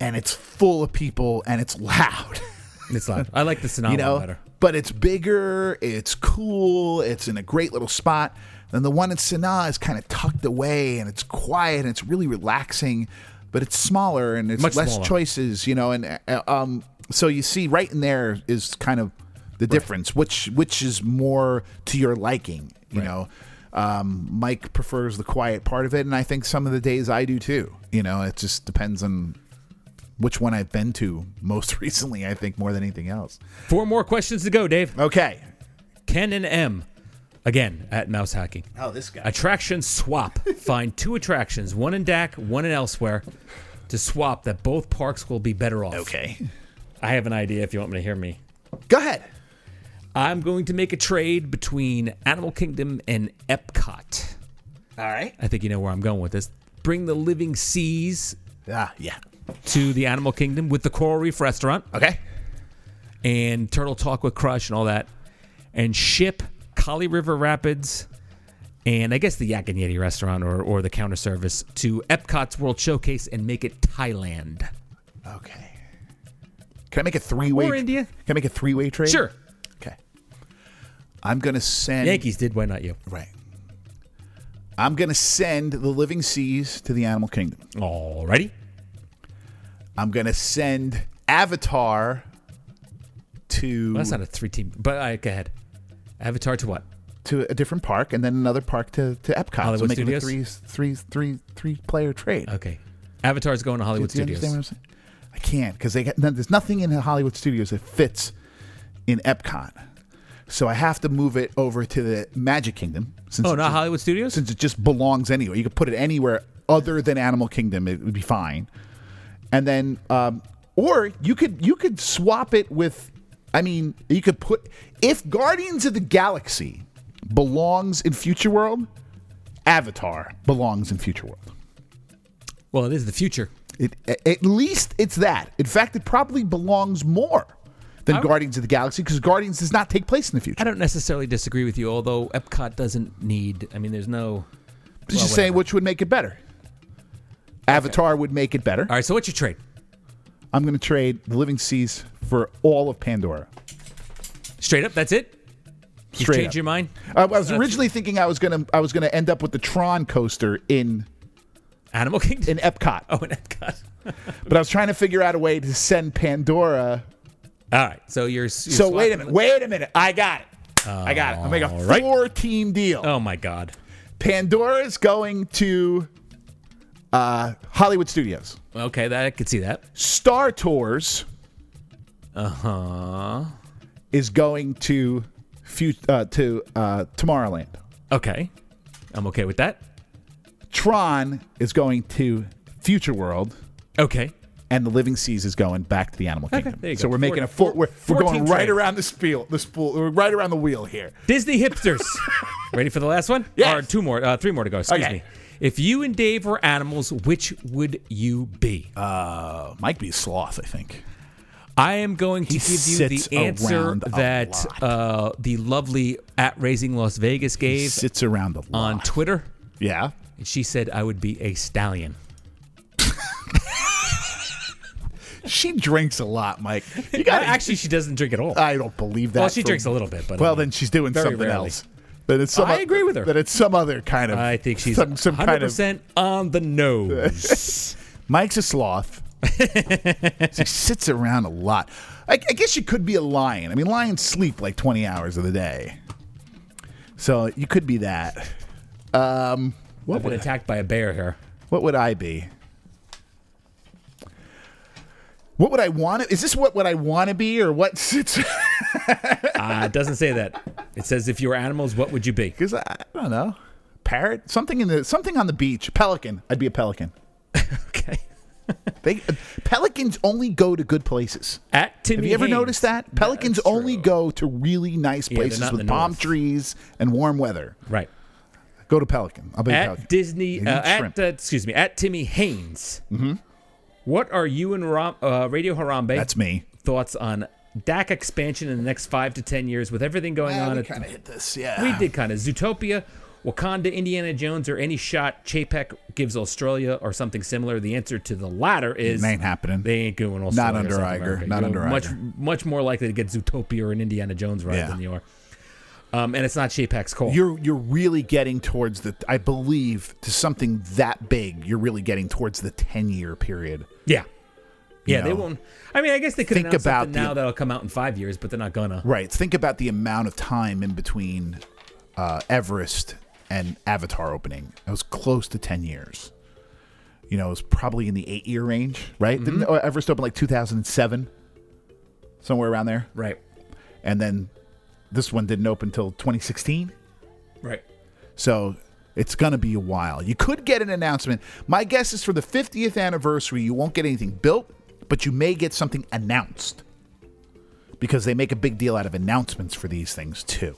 [SPEAKER 1] and it's full of people, and it's loud.
[SPEAKER 3] It's loud. I like the Sonoma
[SPEAKER 1] You know,
[SPEAKER 3] better.
[SPEAKER 1] but it's bigger, it's cool, it's in a great little spot. Then the one in Sanaa is kind of tucked away, and it's quiet, and it's really relaxing, but it's smaller and it's
[SPEAKER 3] Much
[SPEAKER 1] less
[SPEAKER 3] smaller.
[SPEAKER 1] choices. You know, and uh, um, so you see, right in there is kind of the difference, which which is more to your liking. You know, um, Mike prefers the quiet part of it, and I think some of the days I do too. You know, it just depends on which one I've been to most recently. I think more than anything else.
[SPEAKER 3] Four more questions to go, Dave.
[SPEAKER 1] Okay.
[SPEAKER 3] Ken and M. Again, at Mouse Hacking.
[SPEAKER 1] Oh, this guy.
[SPEAKER 3] Attraction swap. Find two attractions, one in DAC, one in elsewhere, to swap that both parks will be better off.
[SPEAKER 1] Okay.
[SPEAKER 3] I have an idea if you want me to hear me.
[SPEAKER 1] Go ahead.
[SPEAKER 3] I'm going to make a trade between Animal Kingdom and Epcot.
[SPEAKER 1] All right.
[SPEAKER 3] I think you know where I'm going with this. Bring the Living Seas
[SPEAKER 1] Ah, yeah.
[SPEAKER 3] to the Animal Kingdom with the Coral Reef Restaurant
[SPEAKER 1] Okay.
[SPEAKER 3] and Turtle Talk with Crush and all that, and ship Kali River Rapids and I guess the Yak and Yeti restaurant or, or the counter service to Epcot's World Showcase and make it Thailand.
[SPEAKER 1] Okay. Can I make a three-way?
[SPEAKER 3] Or India.
[SPEAKER 1] Can I make a three-way trade?
[SPEAKER 3] Sure.
[SPEAKER 1] Okay. I'm gonna send.
[SPEAKER 3] Yankees did, why not you?
[SPEAKER 1] Right. I'm gonna send the living seas to the animal kingdom.
[SPEAKER 3] Alrighty.
[SPEAKER 1] I'm gonna send Avatar to
[SPEAKER 3] Well, that's not a three team, but all right, go ahead. Avatar to what?
[SPEAKER 1] to a different park and then another park to, to Epcot. so
[SPEAKER 3] Hollywood
[SPEAKER 1] make it a
[SPEAKER 3] Studios?
[SPEAKER 1] three, three, three, three-player trade.
[SPEAKER 3] Okay. Avatar's going to Hollywood
[SPEAKER 1] Do you
[SPEAKER 3] Studios.
[SPEAKER 1] understand what I'm saying? I can't because they got, no, there's nothing in the Hollywood Studios that fits in Epcot. So I have to move it over to the Magic Kingdom since
[SPEAKER 3] Oh,
[SPEAKER 1] it
[SPEAKER 3] not
[SPEAKER 1] just,
[SPEAKER 3] Hollywood Studios?
[SPEAKER 1] since it just belongs anywhere. You could put it anywhere other than Animal Kingdom; it would be fine. And then, um, or you could you could swap it with. I mean, you could put if Guardians of the Galaxy belongs in Future World, Avatar belongs in Future World.
[SPEAKER 3] Well, it is the future.
[SPEAKER 1] It, a- at least it's that. In fact, it probably belongs more than Guardians of the Galaxy because Guardians does not take place in the
[SPEAKER 3] I
[SPEAKER 1] future.
[SPEAKER 3] don't necessarily disagree with you, although Epcot doesn't need. I mean, there's no.
[SPEAKER 1] Just
[SPEAKER 3] well,
[SPEAKER 1] saying which would make it better. Avatar would make it better.
[SPEAKER 3] All right, so what's your trade?
[SPEAKER 1] I'm going to trade the Living Seas for all of Pandora.
[SPEAKER 3] Straight up, that's it. You
[SPEAKER 1] Straight
[SPEAKER 3] changed
[SPEAKER 1] up.
[SPEAKER 3] your mind.
[SPEAKER 1] I, I was originally thinking I was going to I was going to end up with the Tron coaster in
[SPEAKER 3] Animal
[SPEAKER 1] in
[SPEAKER 3] Kingdom.
[SPEAKER 1] Epcot.
[SPEAKER 3] Oh, in Epcot.
[SPEAKER 1] But I was trying to figure out a way to send Pandora.
[SPEAKER 3] All right. So you're. you're
[SPEAKER 1] So wait a
[SPEAKER 3] swapping-
[SPEAKER 1] minute. Wait a minute. I got it. I got it. I'll make a
[SPEAKER 3] right.
[SPEAKER 1] four team deal.
[SPEAKER 3] Oh my God.
[SPEAKER 1] Pandora's going to uh, Hollywood Studios.
[SPEAKER 3] Okay, that I could see that.
[SPEAKER 1] Star Tours
[SPEAKER 3] Uh huh.
[SPEAKER 1] is going to fu- uh, to uh, Tomorrowland.
[SPEAKER 3] Okay, I'm okay with that.
[SPEAKER 1] Tron is going to Future World,
[SPEAKER 3] Okay.
[SPEAKER 1] and the Living Seas is going back to the Animal Kingdom.
[SPEAKER 3] there you
[SPEAKER 1] so
[SPEAKER 3] go.
[SPEAKER 1] we're making a
[SPEAKER 3] Four-
[SPEAKER 1] four. We're, we're going
[SPEAKER 3] 14
[SPEAKER 1] right
[SPEAKER 3] train.
[SPEAKER 1] around the spiel. The spool. We're right around the wheel here.
[SPEAKER 3] Disney hipsters. Ready for the last one?
[SPEAKER 1] Yes.
[SPEAKER 3] Or two more, uh, three more to go. Excuse
[SPEAKER 1] Okay.
[SPEAKER 3] me. If you and Dave were animals, which would you be? Uh,
[SPEAKER 1] Might be sloth. I think.
[SPEAKER 3] I am going to
[SPEAKER 1] he
[SPEAKER 3] give you the
[SPEAKER 1] sits
[SPEAKER 3] answer
[SPEAKER 1] around a
[SPEAKER 3] that
[SPEAKER 1] lot.
[SPEAKER 3] uh, the lovely at Raising Las Vegas
[SPEAKER 1] He
[SPEAKER 3] gave
[SPEAKER 1] sits around a lot.
[SPEAKER 3] on Twitter.
[SPEAKER 1] yeah.
[SPEAKER 3] She said I would be a stallion.
[SPEAKER 1] She drinks a lot, Mike. You got
[SPEAKER 3] Actually, she doesn't drink at all.
[SPEAKER 1] I don't believe that.
[SPEAKER 3] well, she
[SPEAKER 1] for-
[SPEAKER 3] drinks a little bit, but
[SPEAKER 1] Well,
[SPEAKER 3] um,
[SPEAKER 1] then she's doing
[SPEAKER 3] very
[SPEAKER 1] something
[SPEAKER 3] rarely.
[SPEAKER 1] else. Then it's some.
[SPEAKER 3] I agree with her.
[SPEAKER 1] Then it's some other kind of.
[SPEAKER 3] uh, I think she's
[SPEAKER 1] some, some kind of.
[SPEAKER 3] 100% on the nose.
[SPEAKER 1] Mike's a sloth. he sits around a lot. I, I guess you could be a lion. I mean, lions sleep like 20 hours of the day. So you could be that. Um, what,
[SPEAKER 3] I've been
[SPEAKER 1] would,
[SPEAKER 3] attacked by a bear here.
[SPEAKER 1] what would I be? What would I want to? Is this what, what I want to be, or what sits?
[SPEAKER 3] Uh, it doesn't say that. It says if you were animals, what would you be?
[SPEAKER 1] Because I, I don't know, parrot, something in the something on the beach, pelican. I'd be a pelican.
[SPEAKER 3] Okay.
[SPEAKER 1] They uh, pelicans only go to good places.
[SPEAKER 3] At Timmy
[SPEAKER 1] Have you ever
[SPEAKER 3] Haynes.
[SPEAKER 1] noticed that? Pelicans
[SPEAKER 3] That's
[SPEAKER 1] only
[SPEAKER 3] true.
[SPEAKER 1] go to really nice
[SPEAKER 3] Yeah, they're
[SPEAKER 1] places
[SPEAKER 3] not in
[SPEAKER 1] with
[SPEAKER 3] the
[SPEAKER 1] palm
[SPEAKER 3] north.
[SPEAKER 1] trees and warm weather.
[SPEAKER 3] Right.
[SPEAKER 1] Go to Pelican. I'll be a
[SPEAKER 3] At
[SPEAKER 1] Pelican.
[SPEAKER 3] Disney,
[SPEAKER 1] They
[SPEAKER 3] uh,
[SPEAKER 1] eat
[SPEAKER 3] at
[SPEAKER 1] shrimp.
[SPEAKER 3] uh, excuse me, at Timmy Haynes. Mm-hmm. What are you and Ram, uh, Radio Harambe
[SPEAKER 1] That's me.
[SPEAKER 3] thoughts on DAC expansion in the next five to ten years with everything going on?
[SPEAKER 1] we
[SPEAKER 3] at-
[SPEAKER 1] kind of hit this, yeah.
[SPEAKER 3] we did kind of Zootopia, Wakanda, Indiana Jones, or any shot Chapek gives Australia or something similar. The answer to the latter is
[SPEAKER 1] It ain't happening.
[SPEAKER 3] They ain't going Australia. or
[SPEAKER 1] under
[SPEAKER 3] South
[SPEAKER 1] Iger.
[SPEAKER 3] America.
[SPEAKER 1] Not
[SPEAKER 3] You're
[SPEAKER 1] under
[SPEAKER 3] much,
[SPEAKER 1] Iger.
[SPEAKER 3] Much more likely to get Zootopia or an Indiana Jones ride
[SPEAKER 1] Yeah.
[SPEAKER 3] than you are. Um, and it's not Chapek's call.
[SPEAKER 1] You're you're really getting towards the. I believe to something that big. You're really getting towards the ten year period.
[SPEAKER 3] Yeah. Yeah, they
[SPEAKER 1] know.
[SPEAKER 3] won't. I mean, I guess they could
[SPEAKER 1] Think
[SPEAKER 3] announce
[SPEAKER 1] about
[SPEAKER 3] something
[SPEAKER 1] the-
[SPEAKER 3] now that'll come out in five years, but they're not gonna.
[SPEAKER 1] Right. Think about the amount of time in between uh, Everest and Avatar opening. It was close to 10 years. You know, it was probably in the eight year range, right? Didn't uh, Everest open like 2007? Somewhere around there.
[SPEAKER 3] Right.
[SPEAKER 1] And then this one didn't open until 2016.
[SPEAKER 3] Right.
[SPEAKER 1] So it's going to be a while. You could get an announcement. My guess is for the 50th anniversary, you won't get anything built, but you may get something announced because they make a big deal out of announcements for these things too.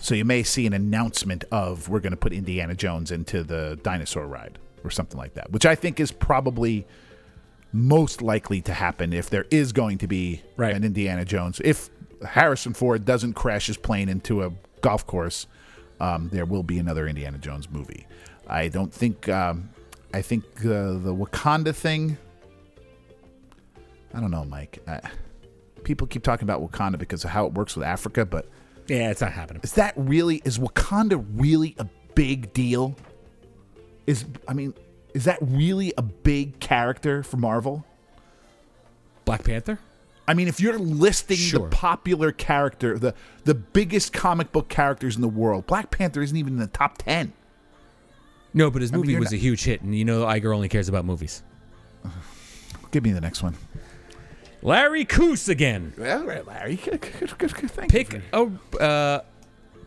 [SPEAKER 1] so you may see an announcement of we're going to put Indiana Jones into the dinosaur ride or something like that, which I think is probably most likely to happen if there is going to be
[SPEAKER 3] Right.
[SPEAKER 1] an Indiana Jones. If Harrison Ford doesn't crash his plane into a golf course, um, there will be another Indiana Jones movie. I don't think. Um, I think uh, the Wakanda thing. I don't know, Mike. I, people keep talking about Wakanda because of how it works with Africa, but
[SPEAKER 3] Yeah, it's not happening.
[SPEAKER 1] is that really is Wakanda really a big deal? Is I mean, is that really a big character for Marvel?
[SPEAKER 3] Black Panther.
[SPEAKER 1] I mean, if you're listing
[SPEAKER 3] Sure.
[SPEAKER 1] the popular character, the the biggest comic book characters in the world, Black Panther isn't even in the top ten.
[SPEAKER 3] No, but his
[SPEAKER 1] mean,
[SPEAKER 3] movie
[SPEAKER 1] you're
[SPEAKER 3] was a
[SPEAKER 1] not-
[SPEAKER 3] huge hit, and you know Iger only cares about movies.
[SPEAKER 1] Give me the next one.
[SPEAKER 3] Larry Coos again.
[SPEAKER 1] All right, Larry. Good, good, good, good, thank you
[SPEAKER 3] Pick a uh,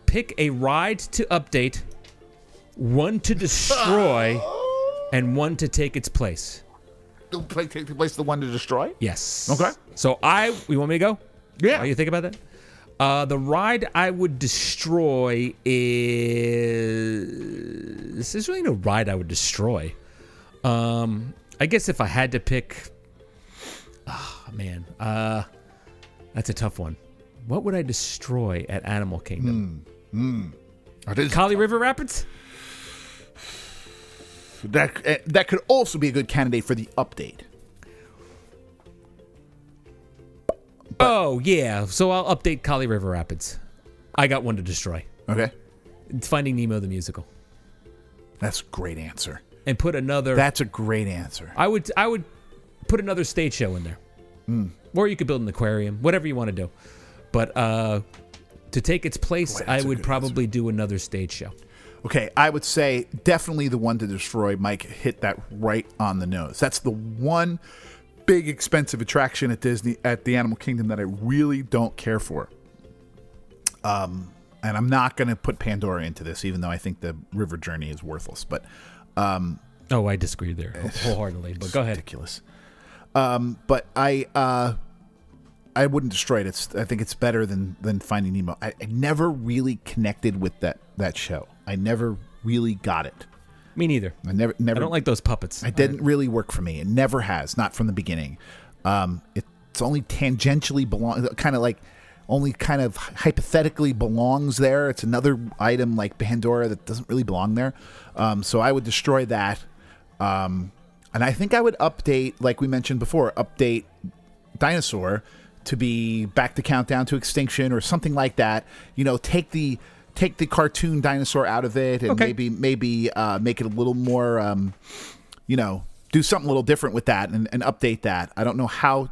[SPEAKER 3] pick a ride to update, one to destroy, and one to take its place.
[SPEAKER 1] for- Play- Take the place of the one to destroy.
[SPEAKER 3] Yes.
[SPEAKER 1] Okay.
[SPEAKER 3] So I, you want me to go?
[SPEAKER 1] Yeah.
[SPEAKER 3] Are you think about that? Uh, the ride I would destroy is there's really no ride I would destroy. Um, I guess if I had to pick, ah man, uh, that's a tough one. What would I destroy at Animal Kingdom?
[SPEAKER 1] Oh, this-
[SPEAKER 3] Kali River Rapids?
[SPEAKER 1] That eh, that could also be a good candidate for the update.
[SPEAKER 3] oh yeah. So I'll update Kali River Rapids. I got one to destroy.
[SPEAKER 1] Okay,
[SPEAKER 3] It's Finding Nemo the musical.
[SPEAKER 1] that's a great answer.
[SPEAKER 3] and put another.
[SPEAKER 1] That's a great answer.
[SPEAKER 3] I would I would put another stage show in there,
[SPEAKER 1] Hmm.
[SPEAKER 3] or you could build an aquarium, whatever you want to do. But uh, to take its place,
[SPEAKER 1] Boy,
[SPEAKER 3] I
[SPEAKER 1] that's a
[SPEAKER 3] would
[SPEAKER 1] good
[SPEAKER 3] probably do another stage show.
[SPEAKER 1] Okay, I would say definitely the one to destroy. Mike hit that right on the nose. That's the one big expensive attraction at Disney at the Animal Kingdom that I really don't care for. Um, and I'm not going to put Pandora into this, even though I think the River Journey is worthless. But
[SPEAKER 3] Oh, I disagree there wholeheartedly. But go ahead.
[SPEAKER 1] ridiculous. Um, but I uh, I wouldn't destroy it. It's I think it's better than than Finding Nemo. I, I never really connected with that that show. I never really got it.
[SPEAKER 3] Me neither.
[SPEAKER 1] I never never
[SPEAKER 3] I don't like those puppets.
[SPEAKER 1] It didn't really work for me. It never has, not from the beginning. Um, it's only tangentially belong, kind of like, only kind of hypothetically belongs there. It's another item like Pandora that doesn't really belong there. Um, so I would destroy that. Um, and I think I would update, like we mentioned before, update dinosaur to be back to countdown to extinction or something like that. You know, take the take the cartoon dinosaur out of it and
[SPEAKER 3] Okay.
[SPEAKER 1] maybe maybe uh, make it a little more. Um, you know, do something a little different with that and, and update that. I don't know how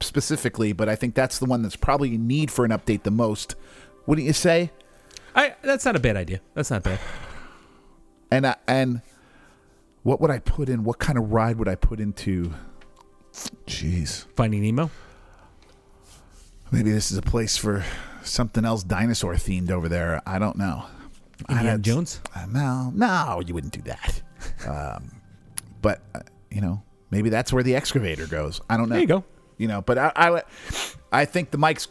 [SPEAKER 1] specifically, but I think that's the one that's probably in need for an update the most. Wouldn't you say?
[SPEAKER 3] I that's not a bad idea. That's not bad.
[SPEAKER 1] And I, and what would I put in? What kind of ride would I put into? Jeez,
[SPEAKER 3] Finding Nemo.
[SPEAKER 1] maybe this is a place for something else dinosaur themed over there. I don't know. I
[SPEAKER 3] Indiana
[SPEAKER 1] don't-
[SPEAKER 3] Jones?
[SPEAKER 1] Uh, no, no, you wouldn't do that. Um, but uh, you know, maybe that's where the excavator goes. I don't know.
[SPEAKER 3] There you go.
[SPEAKER 1] You know, but I, I, I think the Mike's.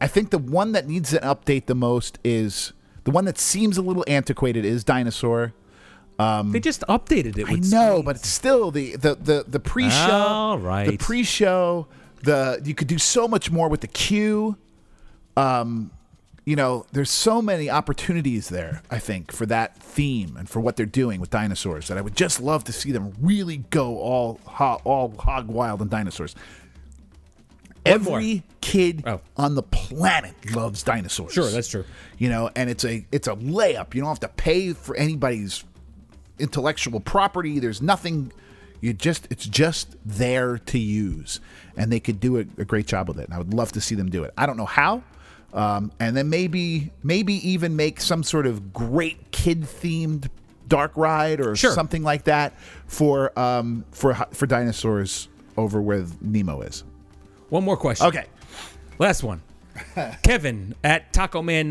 [SPEAKER 1] I think the one that needs an update the most is the one that seems a little antiquated is dinosaur.
[SPEAKER 3] They just updated it.
[SPEAKER 1] I
[SPEAKER 3] With
[SPEAKER 1] know, but it's still the the the, the pre-show.
[SPEAKER 3] All right.
[SPEAKER 1] The pre-show. The you could do so much more with the queue. Um, you know, there's so many opportunities there. I think for that theme and for what they're doing with dinosaurs that I would just love to see them really go all ho- all hog wild on dinosaurs. Every
[SPEAKER 3] more.
[SPEAKER 1] kid
[SPEAKER 3] Oh.
[SPEAKER 1] on the planet loves dinosaurs.
[SPEAKER 3] Sure, that's true.
[SPEAKER 1] You know, and it's a it's a layup. You don't have to pay for anybody's intellectual property. There's nothing. You just it's just there to use, and they could do a, a great job with it. And I would love to see them do it. I don't know how. Um, and then maybe maybe even make some sort of great kid themed dark ride or
[SPEAKER 3] Sure.
[SPEAKER 1] something like that for um, for for dinosaurs over where Nemo is.
[SPEAKER 3] One more question.
[SPEAKER 1] Okay.
[SPEAKER 3] Last one. Kevin at Taco Man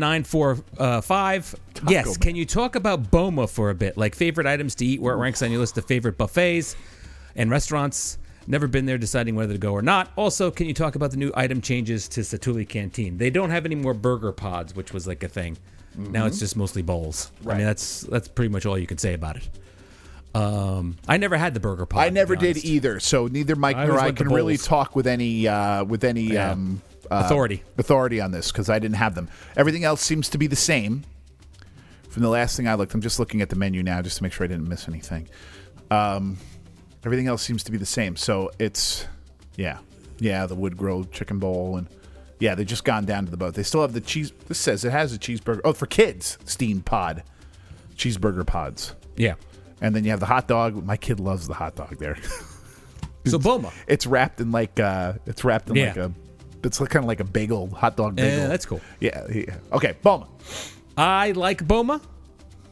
[SPEAKER 3] 945. yes,
[SPEAKER 1] Man.
[SPEAKER 3] can you talk about Boma for a bit? Like favorite items to eat, where it ranks on your list of favorite buffets and restaurants. Never been there deciding whether to go or not. Also, can you talk about the new item changes to Satuli Canteen? They don't have any more burger pods, which was like a thing. Now
[SPEAKER 1] Mm-hmm.
[SPEAKER 3] it's just mostly bowls. I mean, that's that's pretty much all you could say about it. Um, I never had the burger pod.
[SPEAKER 1] I
[SPEAKER 3] to be
[SPEAKER 1] never did
[SPEAKER 3] honest.
[SPEAKER 1] either, so neither Mike
[SPEAKER 3] I
[SPEAKER 1] nor
[SPEAKER 3] always
[SPEAKER 1] I
[SPEAKER 3] went the
[SPEAKER 1] can really
[SPEAKER 3] bowls.
[SPEAKER 1] talk with any uh, with any
[SPEAKER 3] Yeah.
[SPEAKER 1] um,
[SPEAKER 3] Authority.
[SPEAKER 1] authority on this because I didn't have them. Everything else seems to be the same. From the last thing I looked, I'm just looking at the menu now just to make sure I didn't miss anything. Um, everything else seems to be the same, so it's yeah, yeah. The Wood Grove Chicken Bowl and yeah, they've just gone down to the boat. They still have the cheese. This says it has a cheeseburger. Oh, for kids, steamed pod, cheeseburger pods,
[SPEAKER 3] Yeah.
[SPEAKER 1] and then you have the hot dog. My kid loves the hot dog there.
[SPEAKER 3] So Boma.
[SPEAKER 1] it's wrapped in like uh it's wrapped in
[SPEAKER 3] Yeah.
[SPEAKER 1] like a it's like kind of like a bagel hot dog
[SPEAKER 3] Yeah,
[SPEAKER 1] bagel
[SPEAKER 3] that's cool.
[SPEAKER 1] yeah, yeah. okay boma
[SPEAKER 3] I like Boma.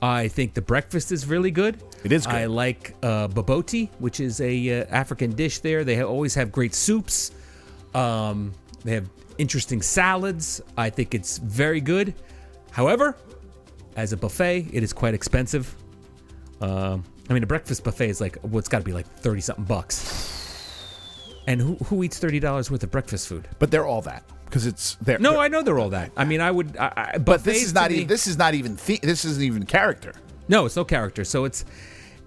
[SPEAKER 3] I think the breakfast is really good.
[SPEAKER 1] It is good.
[SPEAKER 3] I like uh, baboti, which is a uh, African dish. There, they ha- always have great soups. Um, they have interesting salads. I think it's very good. However, as a buffet, it is quite expensive. Um, I mean, a breakfast buffet is like what's got to be like thirty something bucks. And who who eats thirty dollars worth of breakfast food?
[SPEAKER 1] but they're all that because it's there
[SPEAKER 3] No, I know they're all that. I mean, I would. I, I,
[SPEAKER 1] but this is not even this is not even the, this isn't even character
[SPEAKER 3] No, it's no character. So it's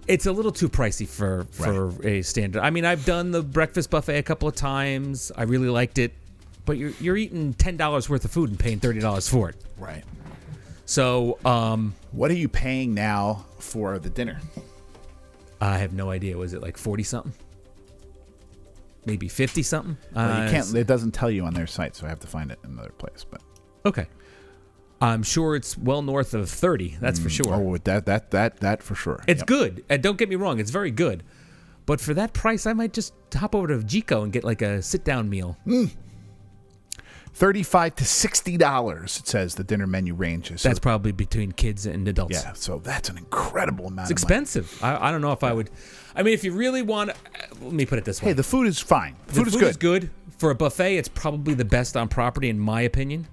[SPEAKER 3] it's a little too pricey for for a standard. I mean, I've done the breakfast buffet a couple of times. I really liked it, but you're you're eating ten dollars worth of food and paying thirty dollars for it.
[SPEAKER 1] right
[SPEAKER 3] So um,
[SPEAKER 1] what are you paying now for the dinner
[SPEAKER 3] I have no idea. Was it like forty something? Maybe fifty something.
[SPEAKER 1] Well,
[SPEAKER 3] Uh,
[SPEAKER 1] you can't it doesn't tell you on their site so i have to find it in another place but
[SPEAKER 3] Okay. I'm sure it's well north of 30. That's for sure.
[SPEAKER 1] Oh, that that that that for sure.
[SPEAKER 3] It's
[SPEAKER 1] Yep.
[SPEAKER 3] good. And don't get me wrong, it's very good. But for that price, I might just hop over to Jico and get like a sit down meal.
[SPEAKER 1] Thirty-five to sixty dollars. It says the dinner menu ranges. So-
[SPEAKER 3] That's probably between kids and adults.
[SPEAKER 1] yeah. So that's an incredible amount.
[SPEAKER 3] It's
[SPEAKER 1] of money.
[SPEAKER 3] expensive. I, I don't know if I would. I mean, if you really want, let me put it this way:
[SPEAKER 1] Hey, the food is fine. The
[SPEAKER 3] The
[SPEAKER 1] food, is, good.
[SPEAKER 3] for a buffet. It's probably the best on property, in my opinion.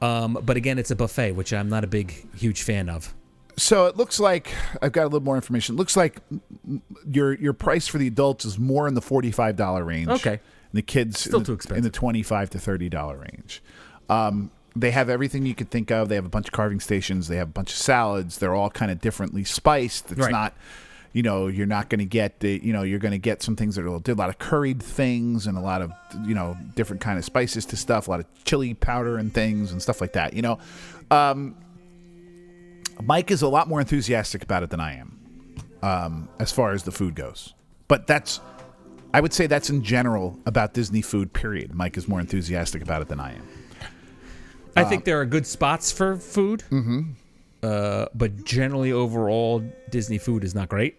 [SPEAKER 3] Um, but again, it's a buffet, which I'm not a big, huge fan of.
[SPEAKER 1] So it looks like I've got a little more information. It looks like mm, mm, your your price for the adults is more in the forty-five dollar range.
[SPEAKER 3] Okay.
[SPEAKER 1] And the kids
[SPEAKER 3] Still
[SPEAKER 1] in the,
[SPEAKER 3] too
[SPEAKER 1] in the
[SPEAKER 3] expensive.
[SPEAKER 1] twenty-five to thirty dollar range. Um, they have everything you could think of. They have a bunch of carving stations. They have a bunch of salads. They're all kind of differently spiced. It's
[SPEAKER 3] Right.
[SPEAKER 1] not. You know, you're not going to get the, you know, you're going to get some things that are a, little, a lot of curried things and a lot of, you know, different kind of spices to stuff, a lot of chili powder and things and stuff like that. You know, Um, Mike is a lot more enthusiastic about it than I am, um, as far as the food goes. But that's, I would say that's in general about Disney food. Period. Mike is more enthusiastic about it than I am.
[SPEAKER 3] I
[SPEAKER 1] Um,
[SPEAKER 3] think there are good spots for food, mm-hmm. uh, but generally, overall, Disney food is not great.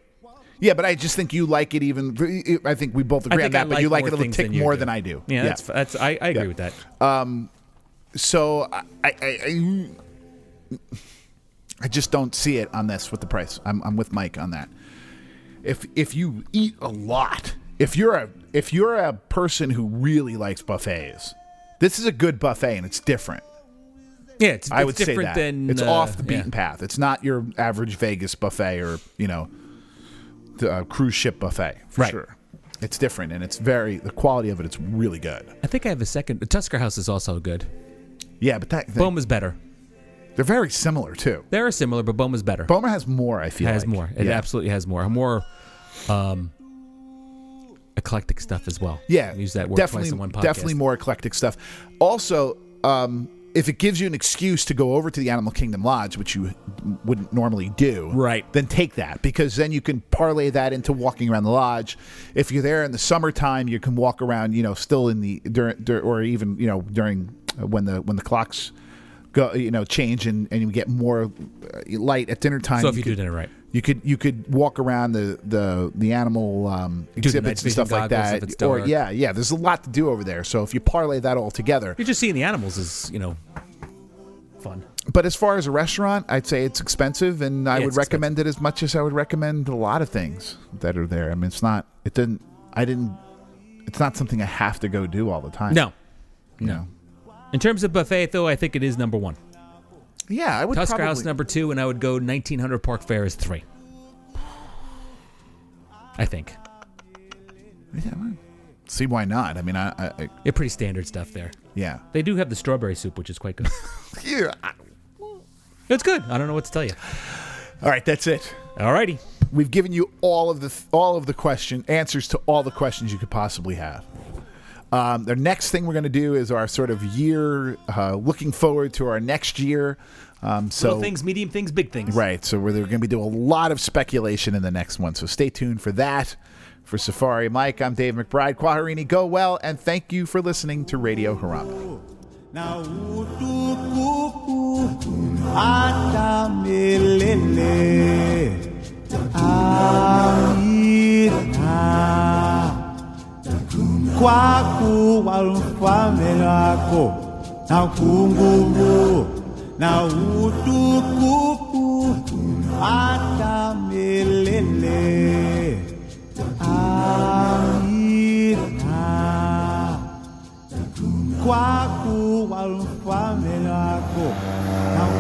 [SPEAKER 1] Yeah, but I just think you like it even. I think we both
[SPEAKER 3] I
[SPEAKER 1] agree on
[SPEAKER 3] think I
[SPEAKER 1] that. but you like it a little
[SPEAKER 3] things
[SPEAKER 1] tick
[SPEAKER 3] you
[SPEAKER 1] more
[SPEAKER 3] do.
[SPEAKER 1] than I do.
[SPEAKER 3] Yeah, that's that's I, I agree with that.
[SPEAKER 1] so I, I, I, I just don't see it on this with the price. I'm, I'm with Mike on that. If if you eat a lot, if you're a if you're a person who really likes buffets, this is a good buffet and it's different.
[SPEAKER 3] Yeah, it's,
[SPEAKER 1] I
[SPEAKER 3] it's
[SPEAKER 1] would say
[SPEAKER 3] different
[SPEAKER 1] that
[SPEAKER 3] than
[SPEAKER 1] it's
[SPEAKER 3] uh,
[SPEAKER 1] off the
[SPEAKER 3] yeah.
[SPEAKER 1] beaten path. It's not your average Vegas buffet or you know, the, uh, cruise ship buffet for
[SPEAKER 3] Right.
[SPEAKER 1] sure. It's different and it's very the quality of it. It's really good.
[SPEAKER 3] I think I have a second. Tusker House is also good.
[SPEAKER 1] Yeah, but that
[SPEAKER 3] Boma is better.
[SPEAKER 1] they're very similar too.
[SPEAKER 3] They are similar, but Boma's better.
[SPEAKER 1] Bomer has more. I feel
[SPEAKER 3] It has
[SPEAKER 1] like.
[SPEAKER 3] more. It
[SPEAKER 1] yeah.
[SPEAKER 3] absolutely has more. More um, eclectic stuff as well.
[SPEAKER 1] Yeah,
[SPEAKER 3] use that word
[SPEAKER 1] definitely.
[SPEAKER 3] twice in one podcast.
[SPEAKER 1] Definitely more eclectic stuff. Also, um, if it gives you an excuse to go over to the Animal Kingdom Lodge, which you wouldn't normally do,
[SPEAKER 3] Right.
[SPEAKER 1] Then take that because then you can parlay that into walking around the lodge. If you're there in the summertime, you can walk around. You know, still in the during, dur or even you know during uh, when the when the clocks go you know change and, and you get more uh, light at dinner time.
[SPEAKER 3] So if you
[SPEAKER 1] could-
[SPEAKER 3] do dinner right.
[SPEAKER 1] you could you could walk around the the the animal um, exhibits and
[SPEAKER 3] vision
[SPEAKER 1] stuff like
[SPEAKER 3] goggles
[SPEAKER 1] that.
[SPEAKER 3] if it's
[SPEAKER 1] or
[SPEAKER 3] dark.
[SPEAKER 1] yeah, yeah. There's a lot to do over there. So if you parlay that all together,
[SPEAKER 3] You're just seeing the animals is you know fun.
[SPEAKER 1] but as far as a restaurant, I'd say it's expensive, and I
[SPEAKER 3] Yeah,
[SPEAKER 1] would
[SPEAKER 3] it's
[SPEAKER 1] recommend it as much as I would recommend a lot of things that are there. I mean, it's not. It didn't. I didn't. It's not something I have to go do all the time.
[SPEAKER 3] No,
[SPEAKER 1] You know?
[SPEAKER 3] in terms of buffet though, I think it is number one.
[SPEAKER 1] Yeah, I would.
[SPEAKER 3] Tusker
[SPEAKER 1] probably,
[SPEAKER 3] House number two, and I would go 1900 Park Fair is three. I think
[SPEAKER 1] Yeah, well, see why not? I mean, I. I, I
[SPEAKER 3] they're pretty standard stuff there.
[SPEAKER 1] yeah.
[SPEAKER 3] They do have the strawberry soup, which is quite good.
[SPEAKER 1] Yeah. I-
[SPEAKER 3] it's good. I don't know what to tell you.
[SPEAKER 1] All right, that's it.
[SPEAKER 3] Alrighty.
[SPEAKER 1] We've given you all of the all of the question answers to all the questions you could possibly have. Um, the next thing we're going to do is our sort of year, uh, looking forward to our next year. Um, so
[SPEAKER 3] Little things, medium things, big things.
[SPEAKER 1] right, so we're, going to be doing a lot of speculation in the next one. So stay tuned for that. For Safari Mike, I'm Dave McBride. Quaharini, go well, and thank you for listening to Radio Harambe.
[SPEAKER 5] na utukufu hata milele. Amina. Kwa kuwa mfalme wako na nguvu na utukufu hata milele. Amina kwa kuwa mfalme wako na